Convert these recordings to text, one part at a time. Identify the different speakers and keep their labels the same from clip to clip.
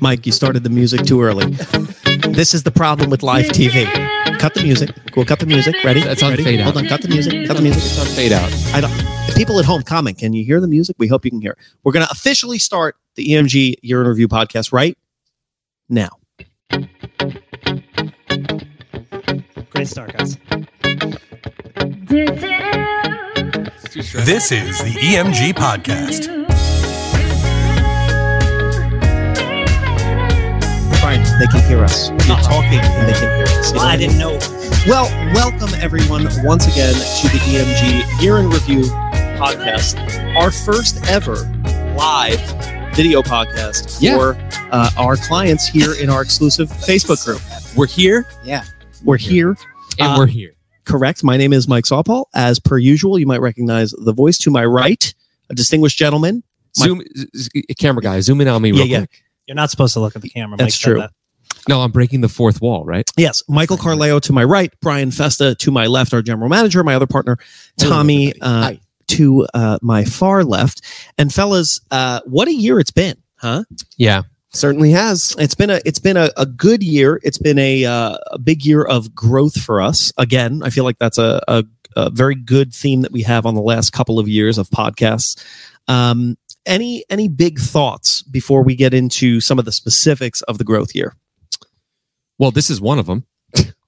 Speaker 1: Mike, you started the music too early. This is the problem with live TV. Cut the music. We'll cut the music. Ready?
Speaker 2: That's on
Speaker 1: Ready?
Speaker 2: fade out.
Speaker 1: Hold on. Cut the music. Cut the music.
Speaker 2: It's on fade out.
Speaker 1: I don't, the people at home comment. Can you hear the music? We hope you can hear. it. We're going to officially start the EMG Year in Review podcast right now.
Speaker 3: Great start, guys.
Speaker 2: It's too stressful.
Speaker 4: This is the EMG Podcast.
Speaker 1: Brian, they can hear us. You're talking and they can hear us.
Speaker 3: Well, Uh-huh. I didn't know.
Speaker 1: Well, welcome everyone once again to the E EMG Year in Review podcast, our first ever live video podcast
Speaker 2: Yeah.
Speaker 1: for uh, our clients here in our exclusive Facebook group. We're here.
Speaker 3: Yeah.
Speaker 1: We're here.
Speaker 2: and
Speaker 1: uh,
Speaker 2: we're here.
Speaker 1: Correct. My name is Mike Sawpaul. As per usual, you might recognize the voice to my right, a distinguished gentleman. my-
Speaker 2: Zoom, z- z- camera guy, zoom in on me real
Speaker 1: Yeah, yeah.
Speaker 2: quick.
Speaker 3: You're not supposed to look at the camera.
Speaker 1: That's
Speaker 3: said
Speaker 1: true.
Speaker 3: that.
Speaker 2: No, I'm breaking the fourth wall, right?
Speaker 1: Yes, Michael Carleo to my right, Brian Festa to my left, our general manager, my other partner,
Speaker 2: Hello,
Speaker 1: Tommy
Speaker 2: everybody.
Speaker 1: uh,
Speaker 2: Hi.
Speaker 1: to uh, my far left. And fellas, uh, what a year it's been, huh?
Speaker 2: Yeah.
Speaker 5: Certainly has.
Speaker 1: It's been a it's been a, a good year. It's been a uh, a big year of growth for us. Again, I feel like that's a, a a very good theme that we have on the last couple of years of podcasts. Um, any any big thoughts before we get into some of the specifics of the growth year?
Speaker 2: Well, this is one of them.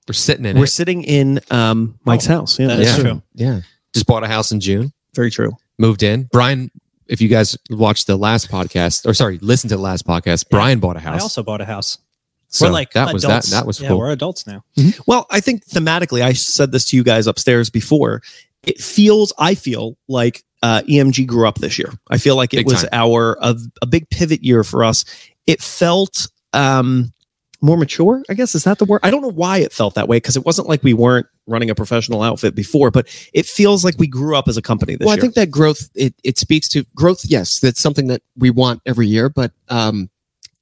Speaker 2: We're sitting in
Speaker 1: We're
Speaker 2: it.
Speaker 1: sitting in um, Mike's house. Yeah,
Speaker 3: That
Speaker 1: that's
Speaker 3: is
Speaker 2: Yeah.
Speaker 1: true.
Speaker 3: true.
Speaker 2: Yeah. Just bought a house in June.
Speaker 1: Very true.
Speaker 2: moved in. Brian, if you guys watched the last podcast, or sorry, listened to the last podcast, Brian bought a
Speaker 3: I
Speaker 2: house.
Speaker 3: also bought a house.
Speaker 2: so
Speaker 3: we're like
Speaker 2: that was that.
Speaker 3: adults.
Speaker 2: That was
Speaker 3: yeah.
Speaker 2: cool.
Speaker 3: We're adults now.
Speaker 1: Well, I think thematically, I said this to you guys upstairs before. It feels, I feel like uh, EMG grew up this year. I feel like it
Speaker 2: Big
Speaker 1: was
Speaker 2: time.
Speaker 1: our a, a big pivot year for us. It felt um, more mature. I guess is that the word? I don't know why it felt that way because it wasn't like we weren't running a professional outfit before, but it feels like we grew up as a company this
Speaker 5: well,
Speaker 1: year.
Speaker 5: I think that growth it, it speaks to growth. Yes, that's something that we want every year, but um,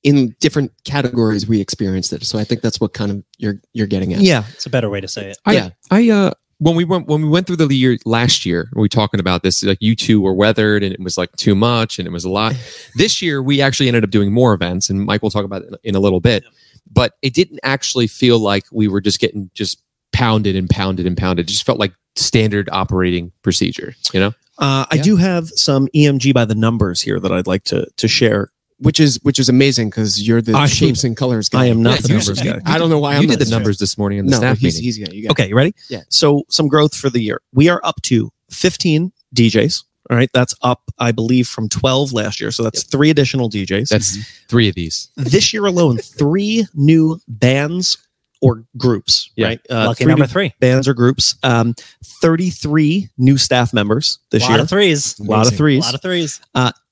Speaker 5: in different categories we experienced it. So I think that's what kind of you're you're getting at.
Speaker 1: yeah,
Speaker 3: It's a better way to say it.
Speaker 2: I,
Speaker 5: Yeah.
Speaker 2: I uh when we went when we went through the year last year, we were talking about this, like you two were weathered and it was like too much and it was a lot. this year we actually ended up doing more events, and Mike will talk about it in, in a little bit. But it didn't actually feel like we were just getting just pounded and pounded and pounded. It just felt like standard operating procedure, you know?
Speaker 1: uh, I
Speaker 2: Yeah.
Speaker 1: do have some EMG by the numbers here that I'd like to to share.
Speaker 5: which is which is amazing because you're the
Speaker 1: I-
Speaker 5: shapes and colors guy.
Speaker 1: I am not
Speaker 2: Yeah,
Speaker 1: the
Speaker 2: you-
Speaker 1: numbers guy.
Speaker 5: I don't know why
Speaker 2: you
Speaker 5: I'm
Speaker 2: did
Speaker 5: not
Speaker 2: the numbers this morning in the
Speaker 5: No,
Speaker 2: staff
Speaker 5: he's,
Speaker 2: meeting.
Speaker 5: he's yeah. You got
Speaker 1: Okay, you ready?
Speaker 5: Yeah.
Speaker 1: So some growth for the year. We are up to 15 DJs. All right. That's up, I believe, from 12 last year. So that's three additional DJs.
Speaker 2: That's three of these.
Speaker 1: this year alone, three new bands or groups,
Speaker 2: Yeah.
Speaker 1: right? Uh,
Speaker 3: Lucky
Speaker 1: three
Speaker 3: number
Speaker 1: new
Speaker 3: three.
Speaker 1: bands or groups. Um, 33 new staff members this
Speaker 3: lot
Speaker 1: year.
Speaker 3: of threes.
Speaker 1: a lot of
Speaker 3: A
Speaker 1: threes.
Speaker 3: lot of threes.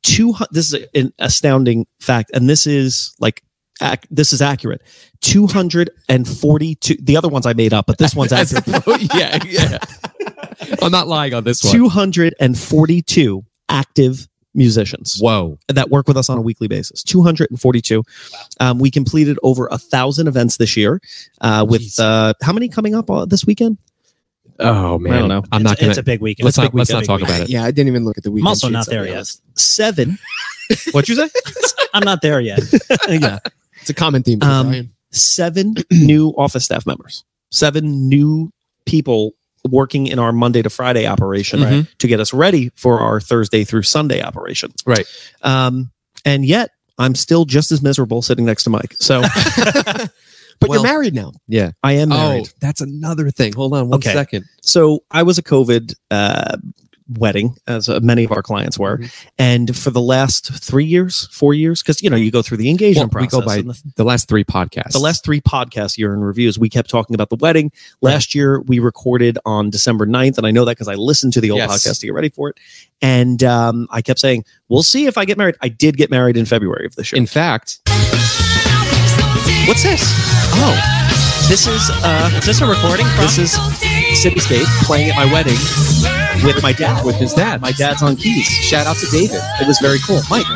Speaker 1: Two. hun- This is an astounding fact, and this is like ac- this is accurate. Two hundred and forty-two. The other ones I made up, but this one's
Speaker 2: As
Speaker 1: accurate.
Speaker 2: opposed- yeah, yeah. I'm not lying on this one.
Speaker 1: 242 active musicians
Speaker 2: Whoa.
Speaker 1: that work with us on a weekly basis 242 um, we completed over a thousand events this year uh, with
Speaker 2: Jeez.
Speaker 1: uh, how many coming up uh, this weekend
Speaker 2: Oh man.
Speaker 1: I don't know.
Speaker 2: I'm
Speaker 3: it's,
Speaker 2: not gonna
Speaker 3: It's a big weekend.
Speaker 2: let's
Speaker 3: It's a
Speaker 2: not
Speaker 3: big
Speaker 2: let's not
Speaker 3: weekend.
Speaker 2: talk
Speaker 3: Big
Speaker 2: about
Speaker 5: it.
Speaker 2: it.
Speaker 5: Yeah, I didn't even look at the
Speaker 3: weekend.
Speaker 5: weekend.
Speaker 3: I'm also not
Speaker 5: sheets, I'll
Speaker 3: there
Speaker 5: be
Speaker 3: yet.
Speaker 5: honest.
Speaker 1: seven what you say
Speaker 3: I'm not there yet.
Speaker 1: yeah
Speaker 5: It's a common theme. for
Speaker 1: Um,
Speaker 5: Brian.
Speaker 1: seven new office staff members seven new people working in our monday to friday operation
Speaker 2: Mhm.
Speaker 1: to get us ready for our thursday through sunday operation
Speaker 2: Right.
Speaker 1: um, and yet i'm still just as miserable sitting next to mike so
Speaker 5: But
Speaker 1: well,
Speaker 5: you're married now.
Speaker 2: Yeah.
Speaker 1: I am
Speaker 2: Oh,
Speaker 1: married.
Speaker 2: that's another thing. Hold on one
Speaker 1: Okay.
Speaker 2: second.
Speaker 1: So I was a COVID uh, wedding, as uh, many of our clients were,
Speaker 2: Mm-hmm.
Speaker 1: and for the last three years, four years, because you know you go through the engagement
Speaker 2: Well, we
Speaker 1: process.
Speaker 2: go by-
Speaker 1: and the,
Speaker 2: The last three podcasts.
Speaker 1: the last three podcasts year in reviews, we kept talking about the wedding. Last year we recorded on December 9th, and I know that because I listened to the old
Speaker 2: Yes.
Speaker 1: podcast to get ready for it, and um, I kept saying, "We'll see if I get married." I did get married in February of this year.
Speaker 2: In fact,
Speaker 1: What's this? Oh, this is uh, is this a recording? This is Cityscape playing at my wedding with my dad.
Speaker 2: with his dad.
Speaker 1: My dad's on keys. Shout out to David. It was very cool. Mike,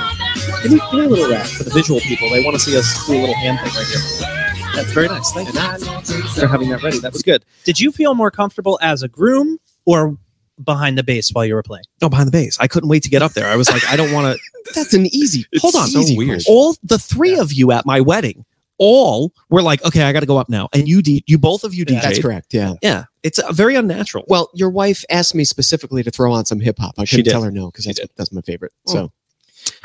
Speaker 1: give me, give me a little rap for the visual people. They want to see us do a little hand thing right here. That's very nice. Thank you. They're having that ready. That was good.
Speaker 3: Did you feel more comfortable as a groom or behind the bass while you were playing.
Speaker 1: Oh, behind the bass. I couldn't wait to get up there. I was like, I don't want to.
Speaker 5: That's an easy.
Speaker 2: It's
Speaker 5: hold on.
Speaker 2: so
Speaker 5: easy
Speaker 2: weird.
Speaker 5: question.
Speaker 1: All the three of you at my wedding, all were like, okay, I got to go up now. And you, D, you both of you, DJ.
Speaker 3: Yeah,
Speaker 5: That's correct. Yeah.
Speaker 1: Yeah, it's uh, very unnatural.
Speaker 5: Well, your wife asked me specifically to throw on some hip hop. I
Speaker 1: She
Speaker 5: couldn't
Speaker 1: did.
Speaker 5: tell her no because that's, that's my favorite. So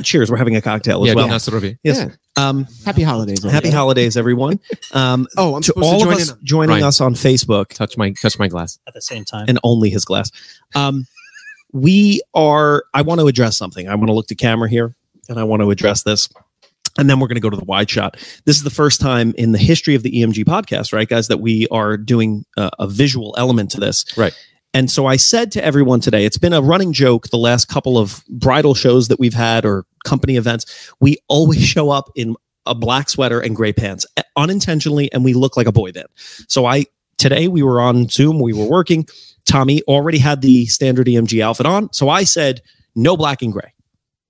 Speaker 1: cheers. We're having a cocktail as
Speaker 2: yeah,
Speaker 1: well.
Speaker 2: Don Nasarovi.
Speaker 1: Yes.
Speaker 5: Yeah.
Speaker 1: Um,
Speaker 5: happy holidays.
Speaker 1: happy
Speaker 5: everybody.
Speaker 1: holidays, everyone. Um,
Speaker 5: Oh, I'm
Speaker 1: to
Speaker 5: supposed
Speaker 1: all
Speaker 5: to
Speaker 1: of
Speaker 5: join
Speaker 1: us
Speaker 5: in. on-
Speaker 1: joining
Speaker 2: Right.
Speaker 1: us on Facebook,
Speaker 2: Touch my touch my glass.
Speaker 3: At the same time,
Speaker 1: and only his glass. Um, we are. I want to address something. I want to look to camera here, and I want to address this, and then we're going to go to the wide shot. This is the first time in the history of the EMG podcast, right, guys, that we are doing uh, a visual element to this,
Speaker 2: Right.
Speaker 1: And so I said to everyone today, it's been a running joke the last couple of bridal shows that we've had or company events. We always show up in a black sweater and gray pants uh, unintentionally, and we look like a boy band. So I today we were on Zoom, we were working. Tommy already had the standard EMG outfit on. So I said, no black and gray.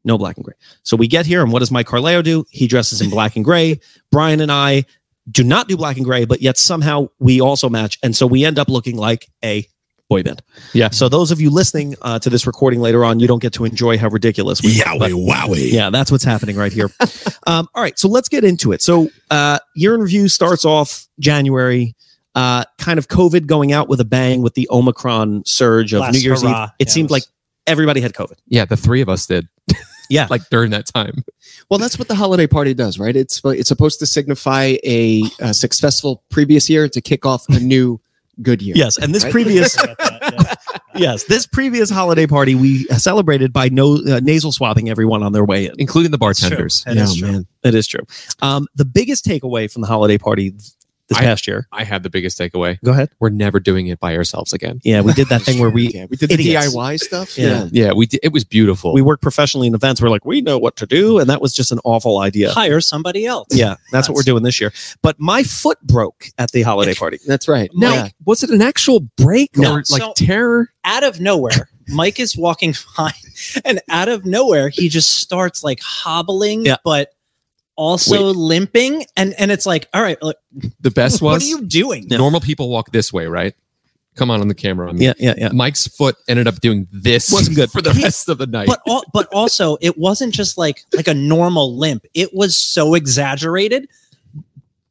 Speaker 1: No black and gray. So we get here, and what does Mike Carleo do? He dresses in black and gray. Brian and I do not do black and gray, but yet somehow we also match. And so we end up looking like a boy band.
Speaker 2: Yeah.
Speaker 1: So those of you listening uh, to this recording later on, you don't get to enjoy how ridiculous we are. but-
Speaker 4: wowie.
Speaker 1: yeah, that's what's happening right here. um, all right, so let's get into it. So, uh, year in review starts off January, uh, kind of COVID going out with a bang with the Omicron surge of
Speaker 3: Last
Speaker 1: New Year's
Speaker 3: hurrah.
Speaker 1: Eve. It
Speaker 3: Yeah,
Speaker 1: seemed like
Speaker 3: was-
Speaker 1: everybody had COVID.
Speaker 2: Yeah, the three of us did.
Speaker 1: Yeah.
Speaker 2: like during that time.
Speaker 5: Well, that's what the holiday party does, right? It's it's supposed to signify a, uh successful previous year to kick off a new good year.
Speaker 1: Yes, and this
Speaker 5: Right?
Speaker 1: previous.
Speaker 3: About that,
Speaker 1: Yes, this previous holiday party we celebrated by no uh, nasal swapping everyone on their way in.
Speaker 2: Including the
Speaker 3: It's true.
Speaker 2: bartenders.
Speaker 3: That
Speaker 5: Yeah,
Speaker 3: is true.
Speaker 5: man.
Speaker 1: That is true. Um, the biggest takeaway from the holiday party th- this
Speaker 2: I-
Speaker 1: past year.
Speaker 2: I had the biggest takeaway.
Speaker 1: Go ahead.
Speaker 2: We're never doing it by ourselves again.
Speaker 1: Yeah, we did that thing where we
Speaker 5: Yeah, we did the
Speaker 1: Idiots.
Speaker 5: DIY stuff.
Speaker 1: Yeah.
Speaker 2: Yeah, we did. It was beautiful.
Speaker 1: we work professionally in events. We're like, we know what to do, and that was just an awful idea.
Speaker 3: Hire somebody else.
Speaker 1: Yeah, that's what we're doing this year. But my foot broke at the holiday party.
Speaker 5: that's right.
Speaker 2: now,
Speaker 5: yeah.
Speaker 2: was it an actual break
Speaker 1: No.
Speaker 2: or like
Speaker 3: So-
Speaker 2: terror?
Speaker 3: Out of nowhere, Mike is walking fine, and out of nowhere, he just starts like hobbling,
Speaker 1: Yeah.
Speaker 3: but also limping, and and it's like, all right, like,
Speaker 2: The best was
Speaker 3: what are you doing?
Speaker 2: normal people walk this way, right? Come on on the camera. I mean,
Speaker 1: Yeah, yeah, yeah.
Speaker 2: Mike's foot ended up doing this.
Speaker 1: Wasn't good.
Speaker 2: for the
Speaker 3: He-
Speaker 2: rest of the night.
Speaker 3: but al- but also it wasn't just like like a normal limp. It was so exaggerated,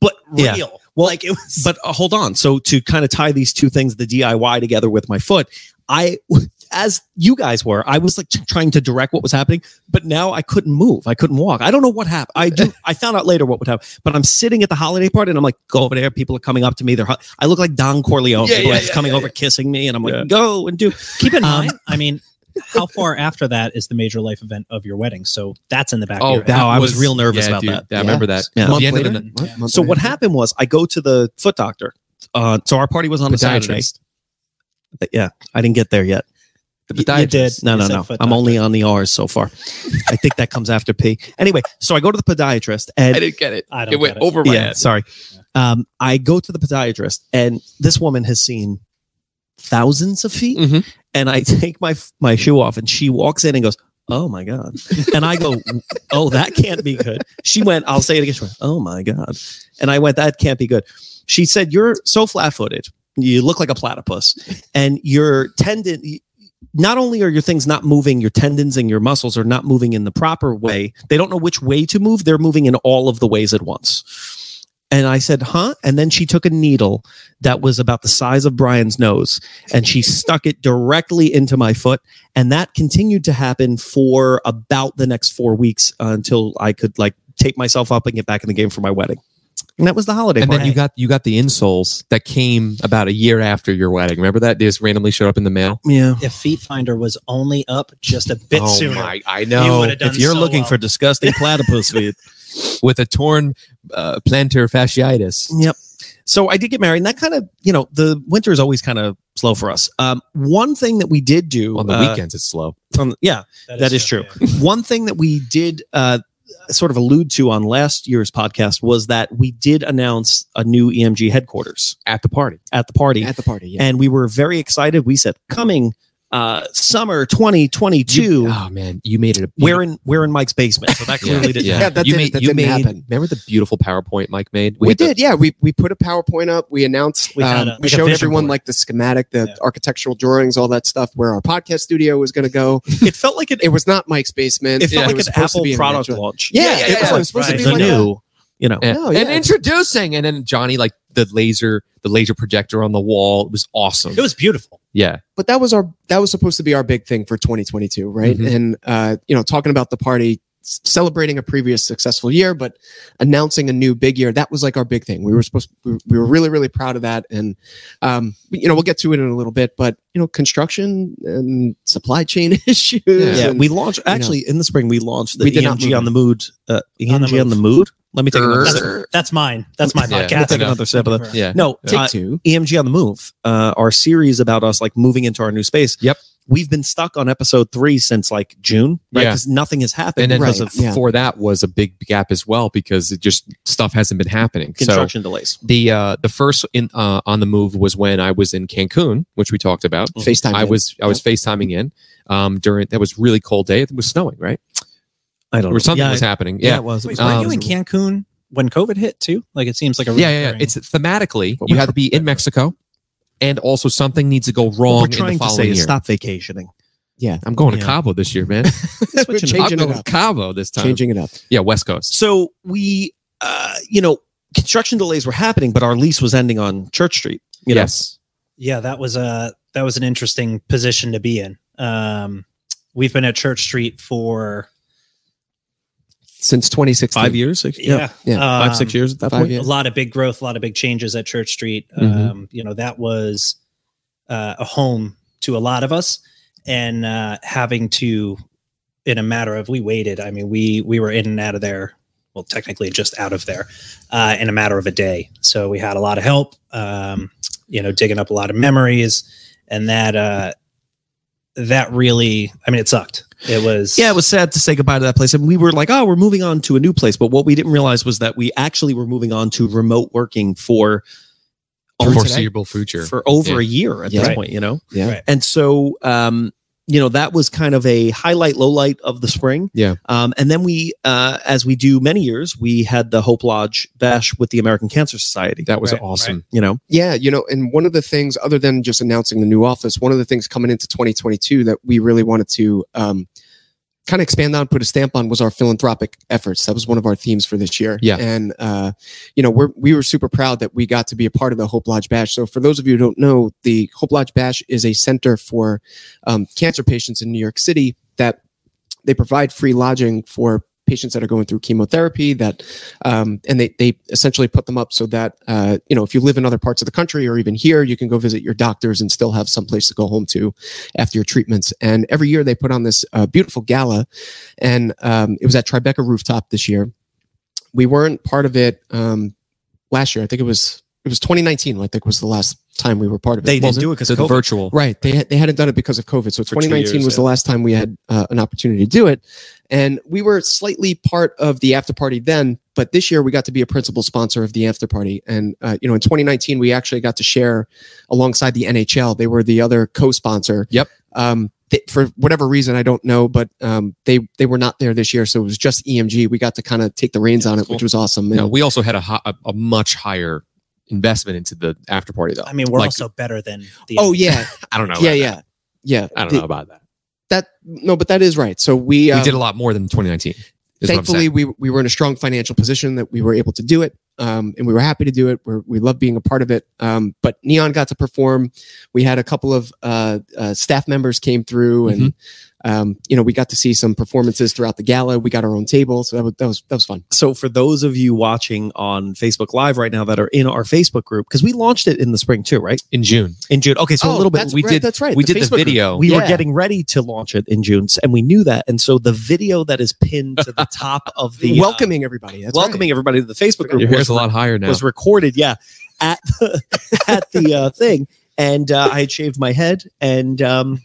Speaker 3: but real.
Speaker 1: Yeah. Well,
Speaker 3: like it was.
Speaker 1: But uh, hold on. So to kind of tie these two things, the DIY together with my foot, I, as you guys were, I was like t- trying to direct what was happening, but now I couldn't move. I couldn't walk. I don't know what happened. I do. I found out later what would happen. But I'm sitting at the holiday party and I'm like, go over there. People are coming up to me. They're. hu- I look like Don Corleone.
Speaker 2: Yeah,
Speaker 1: People
Speaker 2: yeah,
Speaker 1: are just
Speaker 2: yeah,
Speaker 1: coming
Speaker 2: yeah,
Speaker 1: over, kissing me, and I'm like,
Speaker 2: Yeah.
Speaker 1: go and do.
Speaker 3: keep in
Speaker 1: um,
Speaker 3: mind, I mean, how far after that is the major life event of your wedding? So that's in the back.
Speaker 2: oh,
Speaker 3: of your
Speaker 2: that
Speaker 1: No, I was real nervous
Speaker 2: yeah,
Speaker 1: about
Speaker 2: dude,
Speaker 1: that.
Speaker 2: I remember that.
Speaker 1: Yeah.
Speaker 2: The
Speaker 5: Month
Speaker 2: end of the
Speaker 5: later?
Speaker 2: night-
Speaker 5: What? Month
Speaker 1: So what
Speaker 5: later?
Speaker 1: happened was I go to the foot doctor. Uh, so our party was on a Saturday.
Speaker 2: Podiatrist.
Speaker 1: But yeah, I didn't get there yet.
Speaker 2: The
Speaker 3: You- you
Speaker 2: podiatrist.
Speaker 3: did.
Speaker 1: No,
Speaker 3: You
Speaker 1: no,
Speaker 3: said
Speaker 1: no.
Speaker 3: foot
Speaker 1: I'm only on the R's so far. I think that comes after P. Anyway, so I go to the podiatrist
Speaker 2: I
Speaker 1: and
Speaker 2: didn't get it.
Speaker 3: I don't
Speaker 2: It went
Speaker 3: get it.
Speaker 2: over my
Speaker 1: yeah,
Speaker 2: head.
Speaker 1: sorry. Um, I go to the podiatrist and this woman has seen thousands of feet
Speaker 2: Mhm.
Speaker 1: and I take my my shoe off and she walks in and goes, "Oh my god!" And I go, "Oh, that can't be good." She went, "I'll say it again." She went, "Oh my god!" And I went, "That can't be good." She said, "You're so flat-footed. You look like a platypus, and your tendon." Not only are your things not moving, your tendons and your muscles are not moving in the proper way. They don't know which way to move. They're moving in all of the ways at once. And I said, huh? And then she took a needle that was about the size of Brian's nose and she stuck it directly into my foot. And that continued to happen for about the next four weeks uh, until I could like tape myself up and get back in the game for my wedding. And that was the holiday
Speaker 2: And
Speaker 1: party.
Speaker 2: then you got you got the insoles that came about a year after your wedding. Remember that? They just randomly showed up in the mail.
Speaker 1: yeah.
Speaker 3: If Feet Finder was only up just a
Speaker 2: Oh
Speaker 3: bit sooner,
Speaker 2: I
Speaker 3: You
Speaker 2: know.
Speaker 3: would've done
Speaker 1: if you're
Speaker 3: so
Speaker 1: looking
Speaker 3: well.
Speaker 1: for disgusting platypus feet,
Speaker 2: With a torn uh, plantar fasciitis.
Speaker 1: Yep. So I did get married, and that kind of, you know, the winter is always kind of slow for us. Um, one thing that we did do
Speaker 2: On the
Speaker 1: uh,
Speaker 2: weekends, it's slow.
Speaker 1: on- yeah, that is true.
Speaker 3: yeah.
Speaker 1: one thing that we did uh, sort of allude to on last year's podcast was that we did announce a new EMG headquarters
Speaker 2: At the party.
Speaker 1: at the party,
Speaker 5: at the party? Yeah.
Speaker 1: and we were very excited. We said coming uh, summer 2022.
Speaker 2: You- oh man, you made it. A
Speaker 1: We're in we're in Mike's basement, so that
Speaker 2: Yeah,
Speaker 1: clearly didn't.
Speaker 2: yeah.
Speaker 1: happen.
Speaker 5: that
Speaker 2: you
Speaker 5: didn't-
Speaker 2: made,
Speaker 5: that
Speaker 2: you
Speaker 5: didn't
Speaker 2: made-
Speaker 5: happen.
Speaker 2: Remember the beautiful PowerPoint Mike made?
Speaker 5: We,
Speaker 2: had to-
Speaker 5: did, yeah. We we put a PowerPoint up. We announced.
Speaker 3: We
Speaker 5: We,
Speaker 3: had
Speaker 5: um,
Speaker 3: a-
Speaker 5: we
Speaker 1: Uh, like a
Speaker 5: showed
Speaker 1: vision
Speaker 5: everyone
Speaker 1: board.
Speaker 5: like the schematic, the
Speaker 3: Yeah.
Speaker 5: architectural drawings, all that stuff. Where our podcast studio was going to go.
Speaker 1: It felt like an
Speaker 5: It was not Mike's basement.
Speaker 1: it felt
Speaker 5: It
Speaker 1: like
Speaker 5: was
Speaker 1: an
Speaker 5: supposed to
Speaker 1: Apple
Speaker 5: be in
Speaker 1: product
Speaker 5: Rancho.
Speaker 1: launch.
Speaker 5: Yeah,
Speaker 2: Yeah,
Speaker 5: it
Speaker 2: yeah,
Speaker 5: was.
Speaker 2: yeah.
Speaker 5: It was supposed
Speaker 3: Right.
Speaker 5: to be
Speaker 1: the
Speaker 5: like a-
Speaker 1: new, you know.
Speaker 2: Yeah.
Speaker 5: No,
Speaker 2: and
Speaker 5: yeah.
Speaker 2: introducing, and then Johnny like the laser, the laser projector on the wall. It was awesome.
Speaker 3: It was beautiful.
Speaker 2: yeah,
Speaker 5: but that was our that was supposed to be our big thing for 2022 right
Speaker 2: Mhm.
Speaker 5: and uh you know talking about the party s- celebrating a previous successful year but announcing a new big year that was like our big thing we were supposed we were- we were really really proud of that and um you know we'll get to it in a little bit but you know construction and supply chain issues
Speaker 1: Yeah,
Speaker 5: and-
Speaker 1: we launched actually in the spring. We launched the
Speaker 5: We did not
Speaker 1: EMG
Speaker 5: move
Speaker 1: on the mood. Uh, EMG on the,
Speaker 3: move.
Speaker 1: mood. Let me take another
Speaker 2: Err.
Speaker 1: sip.
Speaker 3: That's mine. That's my
Speaker 2: Yeah.
Speaker 1: Let me
Speaker 3: podcast.
Speaker 1: take
Speaker 2: enough.
Speaker 1: another sip of the.
Speaker 2: yeah.
Speaker 1: No,
Speaker 5: take
Speaker 1: uh,
Speaker 5: two
Speaker 1: EMG on the move. Uh, our series about us like moving into our new space.
Speaker 2: Yep.
Speaker 1: We've been stuck on episode three since like June, right?
Speaker 2: Yeah.
Speaker 1: Because nothing has happened.
Speaker 2: And then
Speaker 1: because
Speaker 5: Right.
Speaker 1: of
Speaker 5: Yeah.
Speaker 2: for that was a big gap as well because it just stuff hasn't been happening. So
Speaker 1: construction delays.
Speaker 2: the uh, the first in uh, on the move was when I was in Cancun, which we talked about.
Speaker 5: facetime
Speaker 2: I
Speaker 5: in.
Speaker 2: was I was FaceTiming in um, during that was really cold day. It was snowing, right?
Speaker 1: I don't know.
Speaker 2: Or something
Speaker 1: yeah,
Speaker 2: was happening.
Speaker 1: yeah,
Speaker 2: Yeah.
Speaker 1: it was.
Speaker 3: Wait,
Speaker 1: It was-
Speaker 3: were
Speaker 2: Um,
Speaker 3: you in Cancun when COVID hit too? Like it seems like a
Speaker 2: yeah, yeah, yeah.
Speaker 3: recurring-
Speaker 2: It's thematically
Speaker 5: But
Speaker 2: you
Speaker 5: we-
Speaker 2: have to be in Mexico, and also something needs to go
Speaker 1: what
Speaker 2: wrong
Speaker 1: we're
Speaker 2: in the
Speaker 1: trying to
Speaker 2: following
Speaker 1: say
Speaker 2: year.
Speaker 1: is stop vacationing.
Speaker 2: I'm going
Speaker 1: Yeah.
Speaker 2: to Cabo this year, man.
Speaker 5: We're
Speaker 1: switching it
Speaker 2: I'm
Speaker 5: changing
Speaker 2: going
Speaker 5: it
Speaker 2: to
Speaker 5: up
Speaker 2: Cabo this time.
Speaker 5: changing it up
Speaker 2: Yeah, West Coast.
Speaker 1: So we, uh, you know, construction delays were happening, but our lease was ending on Church Street. You know?
Speaker 2: yes.
Speaker 3: yeah that was a that was an interesting position to be in um we've been at church street for
Speaker 5: since 2016
Speaker 1: five years, six, yeah,
Speaker 3: yeah, um,
Speaker 5: Yeah,
Speaker 1: five, six years at that
Speaker 5: Five
Speaker 1: point.
Speaker 5: years.
Speaker 3: a lot of big growth a lot of big changes at church street
Speaker 2: Mhm.
Speaker 3: um you know that was uh, a home to a lot of us and uh having to in a matter of we waited i mean we we were in and out of there well technically just out of there uh in a matter of a day so we had a lot of help um you know digging up a lot of memories and that uh that really i mean it sucked it was
Speaker 1: Yeah, it was sad to say goodbye to that place. And we were like, oh, we're moving on to a new place. But what we didn't realize was that we actually were moving on to remote working for
Speaker 5: For
Speaker 1: over,
Speaker 5: today?
Speaker 2: Foreseeable future.
Speaker 1: for over
Speaker 2: Yeah.
Speaker 1: a year at
Speaker 5: Yeah.
Speaker 1: this
Speaker 3: Right.
Speaker 1: point, you know?
Speaker 5: Yeah.
Speaker 3: Right.
Speaker 1: And so, um, you know, that was kind of a highlight, low light of the spring.
Speaker 2: Yeah.
Speaker 1: Um, and then we, uh, as we do many years, we had the Hope Lodge bash with the American Cancer Society,
Speaker 2: that was
Speaker 3: Right,
Speaker 2: awesome.
Speaker 1: you know?
Speaker 5: Yeah, you know, and one of the things, other than just announcing the new office, one of the things coming into 2022 that we really wanted to um, kind of expand on, put a stamp on, was our philanthropic efforts. That was one of our themes for this year.
Speaker 2: Yeah.
Speaker 5: and uh, you know, we're we were super proud that we got to be a part of the Hope Lodge Bash. So, for those of you who don't know, the Hope Lodge Bash is a center for um, cancer patients in New York City that they provide free lodging for patients that are going through chemotherapy that um, and they, they essentially put them up so that uh, you know if you live in other parts of the country or even here you can go visit your doctors and still have some place to go home to after your treatments and every year they put on this uh, beautiful gala and um, it was at tribeca rooftop this year we weren't part of it um, last year i think it was it was 2019 i think was the last time we were part of it
Speaker 1: They
Speaker 5: Well,
Speaker 1: didn't do it because
Speaker 2: So the
Speaker 1: COVID.
Speaker 2: virtual.
Speaker 5: Right. They had, they hadn't done it because of COVID. So
Speaker 1: For two
Speaker 5: 2019
Speaker 1: years,
Speaker 5: was the
Speaker 1: yeah.
Speaker 5: last time we had uh, an opportunity to do it. And we were slightly part of the after party then, but this year we got to be a principal sponsor of the after party. And, uh, you know, in 2019, we actually got to share alongside the NHL. They were the other co sponsor.
Speaker 2: Yep.
Speaker 5: Um, they, for whatever reason, I don't know, but um, they they were not there this year, so it was just EMG. We got to kind of take the reins on it, which was awesome. And
Speaker 2: No, we also had a, hi- a, a much higher investment into the after party though.
Speaker 3: i mean we're
Speaker 2: Like-
Speaker 3: also better than the
Speaker 5: oh yeah,
Speaker 2: I don't know.
Speaker 5: yeah,
Speaker 2: about
Speaker 5: yeah, yeah.
Speaker 2: that. I don't
Speaker 5: The-
Speaker 2: know about that.
Speaker 5: That no, but that is right. So we um,
Speaker 2: we did a lot more than 2019. Is what I'm
Speaker 5: thankfully
Speaker 2: saying.
Speaker 5: we, we were in a strong financial position that we were able to do it um, and we were happy to do it we're, we love being a part of it um, but neon got to perform we had a couple of uh, uh, staff members came through and
Speaker 2: Mm-hmm.
Speaker 5: um, you know we got to see some performances throughout the gala we got our own table so that was that was, that was fun
Speaker 1: so for those of you watching on Facebook Live right now that are in our Facebook group, because we launched it in the spring too, right?
Speaker 2: in June.
Speaker 1: In June. Okay,
Speaker 3: Oh,
Speaker 1: so a little bit.
Speaker 5: Oh, that's
Speaker 2: we
Speaker 5: right,
Speaker 2: did-
Speaker 5: that's right
Speaker 2: we did
Speaker 5: Facebook
Speaker 2: the
Speaker 5: group.
Speaker 2: video.
Speaker 1: We were
Speaker 5: Yeah.
Speaker 1: getting ready to launch it in June, and we knew that. And so the video that is pinned to the top of the uh,
Speaker 5: welcoming everybody that's right.
Speaker 1: welcoming everybody to the Facebook group
Speaker 2: Your hair's
Speaker 1: was,
Speaker 2: a lot higher now.
Speaker 1: was recorded, yeah, at the, at the uh, thing. And uh, I had shaved my head, and um,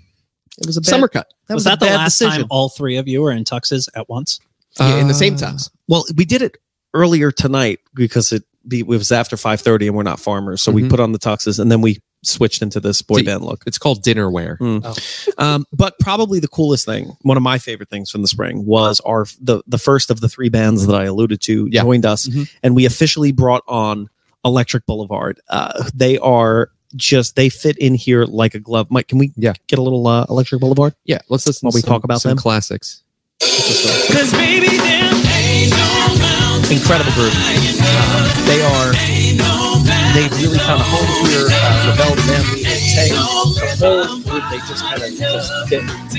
Speaker 1: it was a bad,
Speaker 5: summer cut
Speaker 1: That
Speaker 3: was,
Speaker 1: was,
Speaker 3: that
Speaker 1: a
Speaker 3: the
Speaker 1: bad
Speaker 3: last
Speaker 1: decision.
Speaker 3: time all three of you were in tuxes at once?
Speaker 5: yeah, in the same
Speaker 2: Uh,
Speaker 5: times
Speaker 1: Well, we did it earlier tonight because it, be, it was after five thirty, and we're not farmers, so we
Speaker 2: Mhm.
Speaker 1: put on the tuxes, and then we switched into this boy
Speaker 2: See-
Speaker 1: band look.
Speaker 2: It's called dinnerware.
Speaker 1: Mm. Um, but probably the coolest thing, one of my favorite things from the spring, was our the the first of the three bands that I alluded to
Speaker 2: Yeah.
Speaker 1: joined us,
Speaker 2: Mhm.
Speaker 1: and we officially brought on Electric Boulevard. Uh, they are just they fit in here like a glove. Mike, can we
Speaker 2: Yeah.
Speaker 1: get a little uh, Electric Boulevard?
Speaker 2: Yeah, let's listen.
Speaker 1: While
Speaker 2: to
Speaker 1: we
Speaker 2: some-
Speaker 1: talk about
Speaker 2: some
Speaker 1: them?
Speaker 2: classics.
Speaker 1: Incredible group. Uh, they are they really found a home here. Uh, rebelled them.
Speaker 3: Hey, the whole group, they just kind of just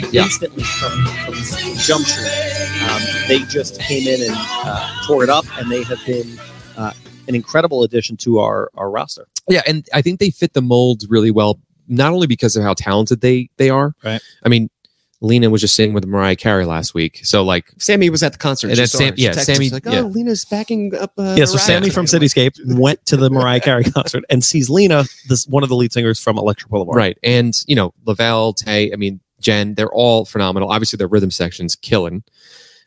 Speaker 3: fit
Speaker 2: Yeah.
Speaker 3: instantly from, from the jump street.
Speaker 1: Um, they just came in and uh, tore it up, and they have been uh, an incredible addition to our our roster.
Speaker 2: Yeah, and I think they fit the mold really well. Not only because of how talented they they are.
Speaker 3: Right.
Speaker 2: I mean, Lena was just singing with Mariah Carey last week, so like
Speaker 5: Sammy was at the concert.
Speaker 2: And
Speaker 5: she
Speaker 2: that's
Speaker 5: saw
Speaker 2: Sam-
Speaker 5: her. She
Speaker 2: yeah,
Speaker 5: texted us,
Speaker 2: Sammy-
Speaker 5: Like, oh,
Speaker 2: yeah.
Speaker 5: Lena's backing up. Uh,
Speaker 1: yeah, so
Speaker 5: Mariah."
Speaker 1: Sammy from
Speaker 5: I'm like,
Speaker 1: Cityscape went to the Mariah Carey concert and sees Lena, this one of the lead singers from Electric Boulevard.
Speaker 2: Right. And, you know, Lavelle, Tay, I mean, Jen, they're all phenomenal. Obviously, their rhythm section's killing.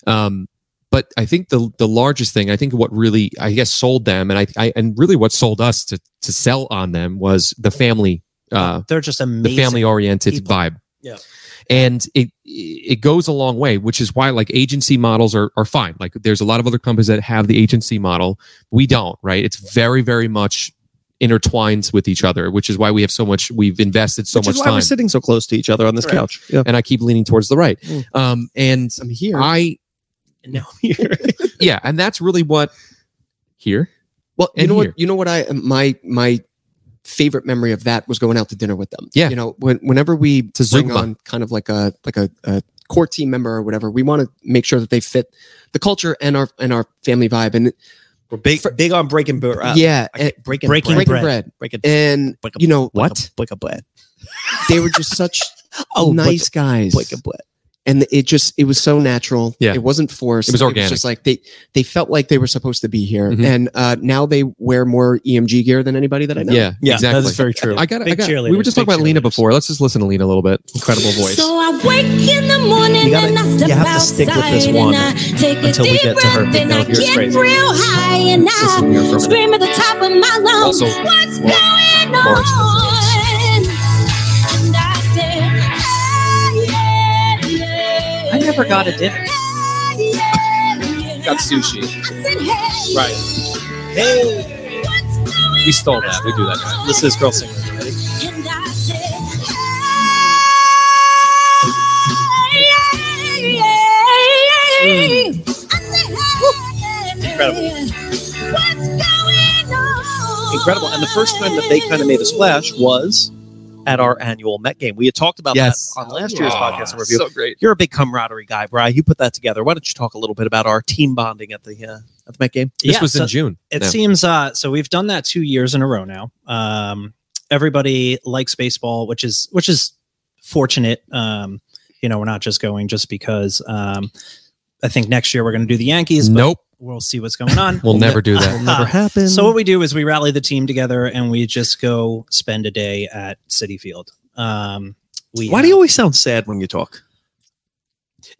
Speaker 2: Um, but I think the the largest thing, I think what really, I guess, sold them, and I, I and really what sold us to to sell on them was the family, uh,
Speaker 3: They're just
Speaker 2: the
Speaker 3: amazing.
Speaker 2: family oriented
Speaker 3: people.
Speaker 2: vibe.
Speaker 3: Yeah.
Speaker 2: And it it goes a long way, which is why like agency models are are fine. Like there's a lot of other companies that have the agency model. We don't, right? It's very, very much intertwined with each other, which is why we have so much we've invested so
Speaker 1: Which
Speaker 2: much
Speaker 1: is why
Speaker 2: time
Speaker 1: we're sitting so close to each other on this
Speaker 3: Correct.
Speaker 1: couch. Yeah.
Speaker 2: and I keep leaning towards the right.
Speaker 1: Mm.
Speaker 2: Um, and
Speaker 5: I'm here.
Speaker 2: I,
Speaker 3: And now here.
Speaker 2: yeah, and that's really what here.
Speaker 5: Well, you
Speaker 2: And
Speaker 5: know
Speaker 2: here.
Speaker 5: what? You know what? I my my favorite memory of that was going out to dinner with them.
Speaker 2: Yeah.
Speaker 5: You know, when, whenever we
Speaker 2: To
Speaker 5: bring
Speaker 2: Zumba.
Speaker 5: on kind of like a like a, a core team member or whatever, we want to make sure that they fit the culture and our and our family vibe. And
Speaker 1: We're big,
Speaker 5: For-
Speaker 1: big on breaking bread.
Speaker 5: yeah, and,
Speaker 1: breaking,
Speaker 3: Breaking
Speaker 1: bread.
Speaker 3: bread.
Speaker 5: breaking bread. Eh,
Speaker 1: Breaking,
Speaker 5: And
Speaker 1: breaking-
Speaker 5: you know
Speaker 1: breaking- Breaking bread.
Speaker 5: They were just such
Speaker 1: Oh,
Speaker 5: nice guys.
Speaker 1: Breaking bread.
Speaker 5: and it just it was so natural.
Speaker 2: Yeah.
Speaker 5: it wasn't forced.
Speaker 2: It was organic.
Speaker 5: just like they they felt like they were supposed to be here,
Speaker 2: Mhm.
Speaker 5: and uh, now they wear more EMG gear than anybody that I know.
Speaker 2: Yeah,
Speaker 1: Yeah,
Speaker 2: exactly.
Speaker 1: that is very true.
Speaker 2: I got. I
Speaker 3: Big
Speaker 2: got. We
Speaker 3: cheerleaders,
Speaker 2: were just
Speaker 3: big
Speaker 2: talking about Lena
Speaker 3: cheerleaders.
Speaker 2: before. Let's just listen to Lena a little bit. Incredible voice.
Speaker 6: So I wake in the morning
Speaker 1: You gotta-
Speaker 6: and I step
Speaker 1: you have to stick with this
Speaker 6: outside
Speaker 1: one
Speaker 6: and I take a
Speaker 1: until we
Speaker 6: deep
Speaker 1: get to her,
Speaker 6: breath and
Speaker 1: because
Speaker 6: I
Speaker 1: here's
Speaker 6: get
Speaker 1: crazy.
Speaker 6: real high and
Speaker 2: Let's listen
Speaker 6: I
Speaker 2: here for a minute.
Speaker 6: scream at the top of my lungs.
Speaker 2: Also,
Speaker 6: What's going on?
Speaker 2: Lawrence Lawrence.
Speaker 6: And I say, "Ah, yeah, yeah,
Speaker 3: I never got a dinner.
Speaker 6: ah, yeah, yeah."
Speaker 2: Got sushi.
Speaker 6: I said, hey,
Speaker 3: Hey,
Speaker 6: what's going
Speaker 2: We stole that. We do that.
Speaker 6: on?
Speaker 3: this is girl singer. Ready?
Speaker 6: And I said, "Hey, yeah, yeah, yeah." I said, "Hey, yeah,
Speaker 3: Incredible.
Speaker 6: yeah. What's going on?
Speaker 1: Incredible. And the first time that they kind of made a splash was at our annual Met game. We had talked about
Speaker 2: Yes.
Speaker 1: that on last year's podcast and review.
Speaker 2: So great.
Speaker 1: You're a big camaraderie guy, Bry. You put that together. Why don't you talk a little bit about our team bonding at the uh, at the Met game?
Speaker 2: This
Speaker 3: Yeah,
Speaker 2: was in
Speaker 3: so-
Speaker 2: June.
Speaker 3: It
Speaker 2: Yeah.
Speaker 3: seems uh, so. We've done that two years in a row now. Um, everybody likes baseball, which is which is fortunate. Um, you know, we're not just going just because. Um, I think next year we're going to do the Yankees. But
Speaker 2: nope.
Speaker 3: We'll see what's going on.
Speaker 2: We'll never do that.
Speaker 1: Will never happen.
Speaker 3: So what we do is we rally the team together and we just go spend a day at City Field. Um, we
Speaker 1: Why do you always sound sad when you talk?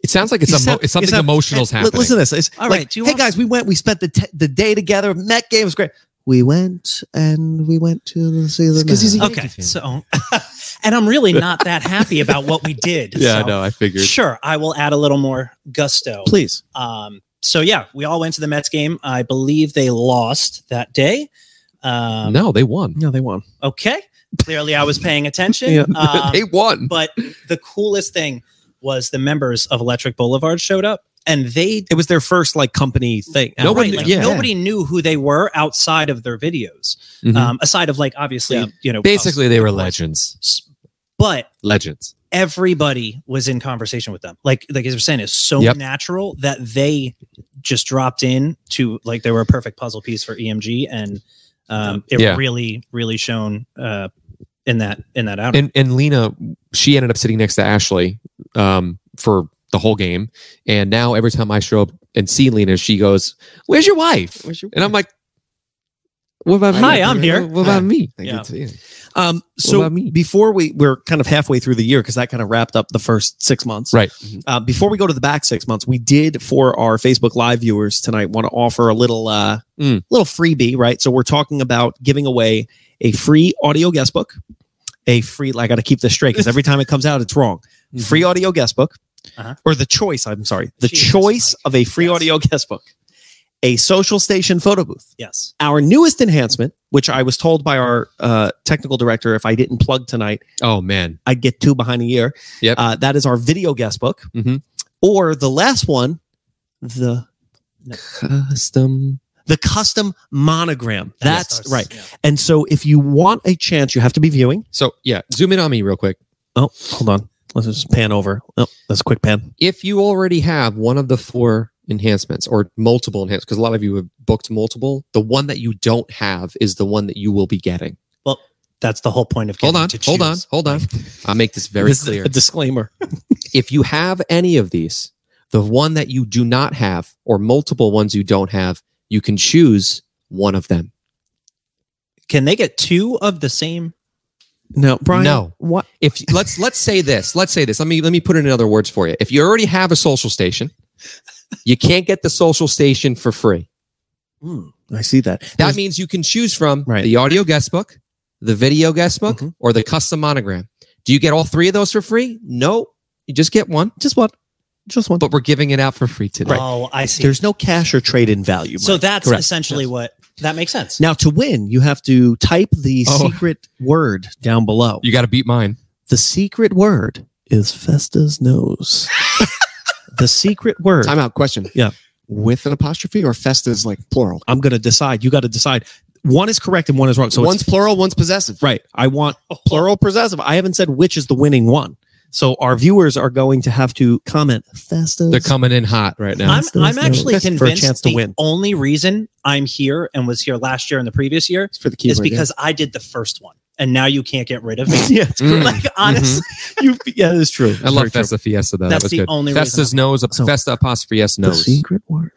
Speaker 2: It sounds like it's
Speaker 1: You
Speaker 2: emo-
Speaker 1: sound-
Speaker 2: it's
Speaker 1: you
Speaker 2: something
Speaker 1: sound-
Speaker 2: emotional's
Speaker 3: eh,
Speaker 1: Hey, li-
Speaker 2: happening.
Speaker 1: Listen to this. It's
Speaker 3: All
Speaker 1: like,
Speaker 3: right, do you
Speaker 1: hey
Speaker 3: want-
Speaker 1: guys, we went. We spent the t- the day together. Met game was great. We went and we went to see the
Speaker 5: Because he's a
Speaker 1: Mets.
Speaker 3: okay? So, and I'm really not that happy about what we did.
Speaker 2: Yeah, I
Speaker 3: so-
Speaker 2: know. I figured.
Speaker 3: Sure, I will add a little more gusto.
Speaker 1: please.
Speaker 3: Um, so yeah, we all went to the Mets game. I believe they lost that day. Um,
Speaker 2: no, they won.
Speaker 1: No, they won.
Speaker 3: Okay. Clearly, I was paying attention.
Speaker 1: Yeah.
Speaker 3: Um,
Speaker 2: they won.
Speaker 3: but the coolest thing was the members of Electric Boulevard showed up, and they
Speaker 1: It was their first like company thing.
Speaker 2: No one-
Speaker 3: like,
Speaker 2: yeah.
Speaker 3: nobody knew who they were outside of their videos.
Speaker 2: Mhm.
Speaker 3: Um, aside of like obviously
Speaker 1: Mm-hmm. Yeah.
Speaker 3: you know
Speaker 2: Basically,
Speaker 3: us.
Speaker 2: they were legends.
Speaker 3: but
Speaker 2: Legends.
Speaker 3: everybody was in conversation with them. Like like as you're saying, it's so
Speaker 2: Yep.
Speaker 3: natural that they just dropped in to like they were a perfect puzzle piece for EMG, and um, it
Speaker 2: Yeah.
Speaker 3: really really shone uh, in that in that out.
Speaker 2: and and Lena, she ended up sitting next to Ashley um, for the whole game. And now every time I show up and see Lena, she goes, "Where's your wife?"
Speaker 5: Where's your
Speaker 2: And I'm like, "What about
Speaker 3: Hi,
Speaker 2: me?
Speaker 3: I'm here.
Speaker 2: What about me?"
Speaker 5: Thank
Speaker 3: Yeah.
Speaker 5: you to you.
Speaker 1: Um,
Speaker 2: So
Speaker 1: so before we we're kind of halfway through the year because that kind of wrapped up the first six months.
Speaker 2: Right.
Speaker 3: Mm-hmm.
Speaker 1: Uh, before we go to the back six months, we did for our Facebook Live viewers tonight want to offer a little uh,
Speaker 2: Mm.
Speaker 1: little freebie. Right. So we're talking about giving away a free audio guest book a free. I got to keep this straight because every time it comes out, it's wrong.
Speaker 2: Mm-hmm.
Speaker 1: Free audio guestbook,
Speaker 3: Uh-huh.
Speaker 1: or the choice. I'm sorry, the
Speaker 3: Jesus,
Speaker 1: choice
Speaker 3: Mike.
Speaker 1: of a free
Speaker 3: Yes.
Speaker 1: audio guestbook, a social station photo booth.
Speaker 3: Yes.
Speaker 1: Our newest enhancement, which I was told by our uh, technical director, if I didn't plug tonight,
Speaker 2: Oh man,
Speaker 1: I'd get two behind a year.
Speaker 2: Yep.
Speaker 1: Uh, that is our video guestbook,
Speaker 2: Mhm.
Speaker 1: or the last one, the
Speaker 2: custom.
Speaker 1: the custom monogram. That's
Speaker 3: Stars,
Speaker 1: right.
Speaker 3: yeah.
Speaker 1: And so, if you want a chance, you have to be viewing.
Speaker 2: So yeah, zoom in on me real quick.
Speaker 1: Oh, hold on. Let's just pan over. Oh, that's a quick pan.
Speaker 2: If you already have one of the four enhancements or multiple enhancements, because a lot of you have booked multiple, the one that you don't have is the one that you will be getting.
Speaker 3: That's the whole point of
Speaker 2: Hold
Speaker 3: getting
Speaker 2: on,
Speaker 3: to
Speaker 2: hold on,
Speaker 3: choose.
Speaker 2: hold on. I'll make this very
Speaker 1: This is
Speaker 2: clear.
Speaker 1: a disclaimer.
Speaker 2: if you have any of these, the one that you do not have or multiple ones you don't have, you can choose one of them.
Speaker 3: Can they get two of the same?
Speaker 1: No, Brian.
Speaker 2: No.
Speaker 1: What?
Speaker 2: If let's let's say this, let's say this. Let me let me put it in other words for you. If you already have a social station, you can't get the social station for free.
Speaker 1: Hmm, I see that.
Speaker 2: That means you can choose from
Speaker 1: Right.
Speaker 2: the audio guestbook, the video guestbook,
Speaker 1: Mhm.
Speaker 2: or the custom monogram. Do you get all three of those for free? No, you just get one.
Speaker 1: just one. Just one.
Speaker 2: But we're giving it out for free today.
Speaker 3: Oh, I see.
Speaker 1: There's no cash or trade in value.
Speaker 3: so
Speaker 1: Mike.
Speaker 3: that's
Speaker 2: Correct.
Speaker 3: essentially
Speaker 2: Yes.
Speaker 3: what that makes sense.
Speaker 1: now to win, you have to type the
Speaker 2: Oh.
Speaker 1: secret word down below.
Speaker 2: You got to beat mine.
Speaker 1: The secret word is Festa's nose. the secret word.
Speaker 5: Time out. Question.
Speaker 1: Yeah.
Speaker 5: With an apostrophe or Festas like plural?
Speaker 1: I'm going to decide. You got to decide. One is correct and one is wrong. So
Speaker 5: one's
Speaker 1: it's
Speaker 5: plural, one's possessive.
Speaker 1: right. I want plural possessive. I haven't said which is the winning one. So our viewers are going to have to comment Festa's.
Speaker 2: They're coming in hot right now.
Speaker 3: I'm,
Speaker 1: That's-
Speaker 3: I'm
Speaker 1: that's
Speaker 3: actually
Speaker 1: no- for a
Speaker 3: convinced
Speaker 1: chance to
Speaker 3: the
Speaker 1: win.
Speaker 3: only reason I'm here and was here last year and the previous year
Speaker 5: It's for the keyword.
Speaker 3: is
Speaker 5: yeah.
Speaker 3: because I did the first one and now you can't get rid of me.
Speaker 1: yeah, it's
Speaker 2: Mm.
Speaker 1: correct.
Speaker 3: like honestly,
Speaker 1: you, yeah, it's true. It's
Speaker 2: I love
Speaker 1: very true.
Speaker 2: Festa Fiesta though. that
Speaker 3: That's
Speaker 2: was
Speaker 3: the
Speaker 2: good.
Speaker 3: only
Speaker 2: Festa's
Speaker 3: reason
Speaker 2: nose,
Speaker 1: So-
Speaker 2: Festa apostrophe S
Speaker 1: The
Speaker 2: nose.
Speaker 1: secret word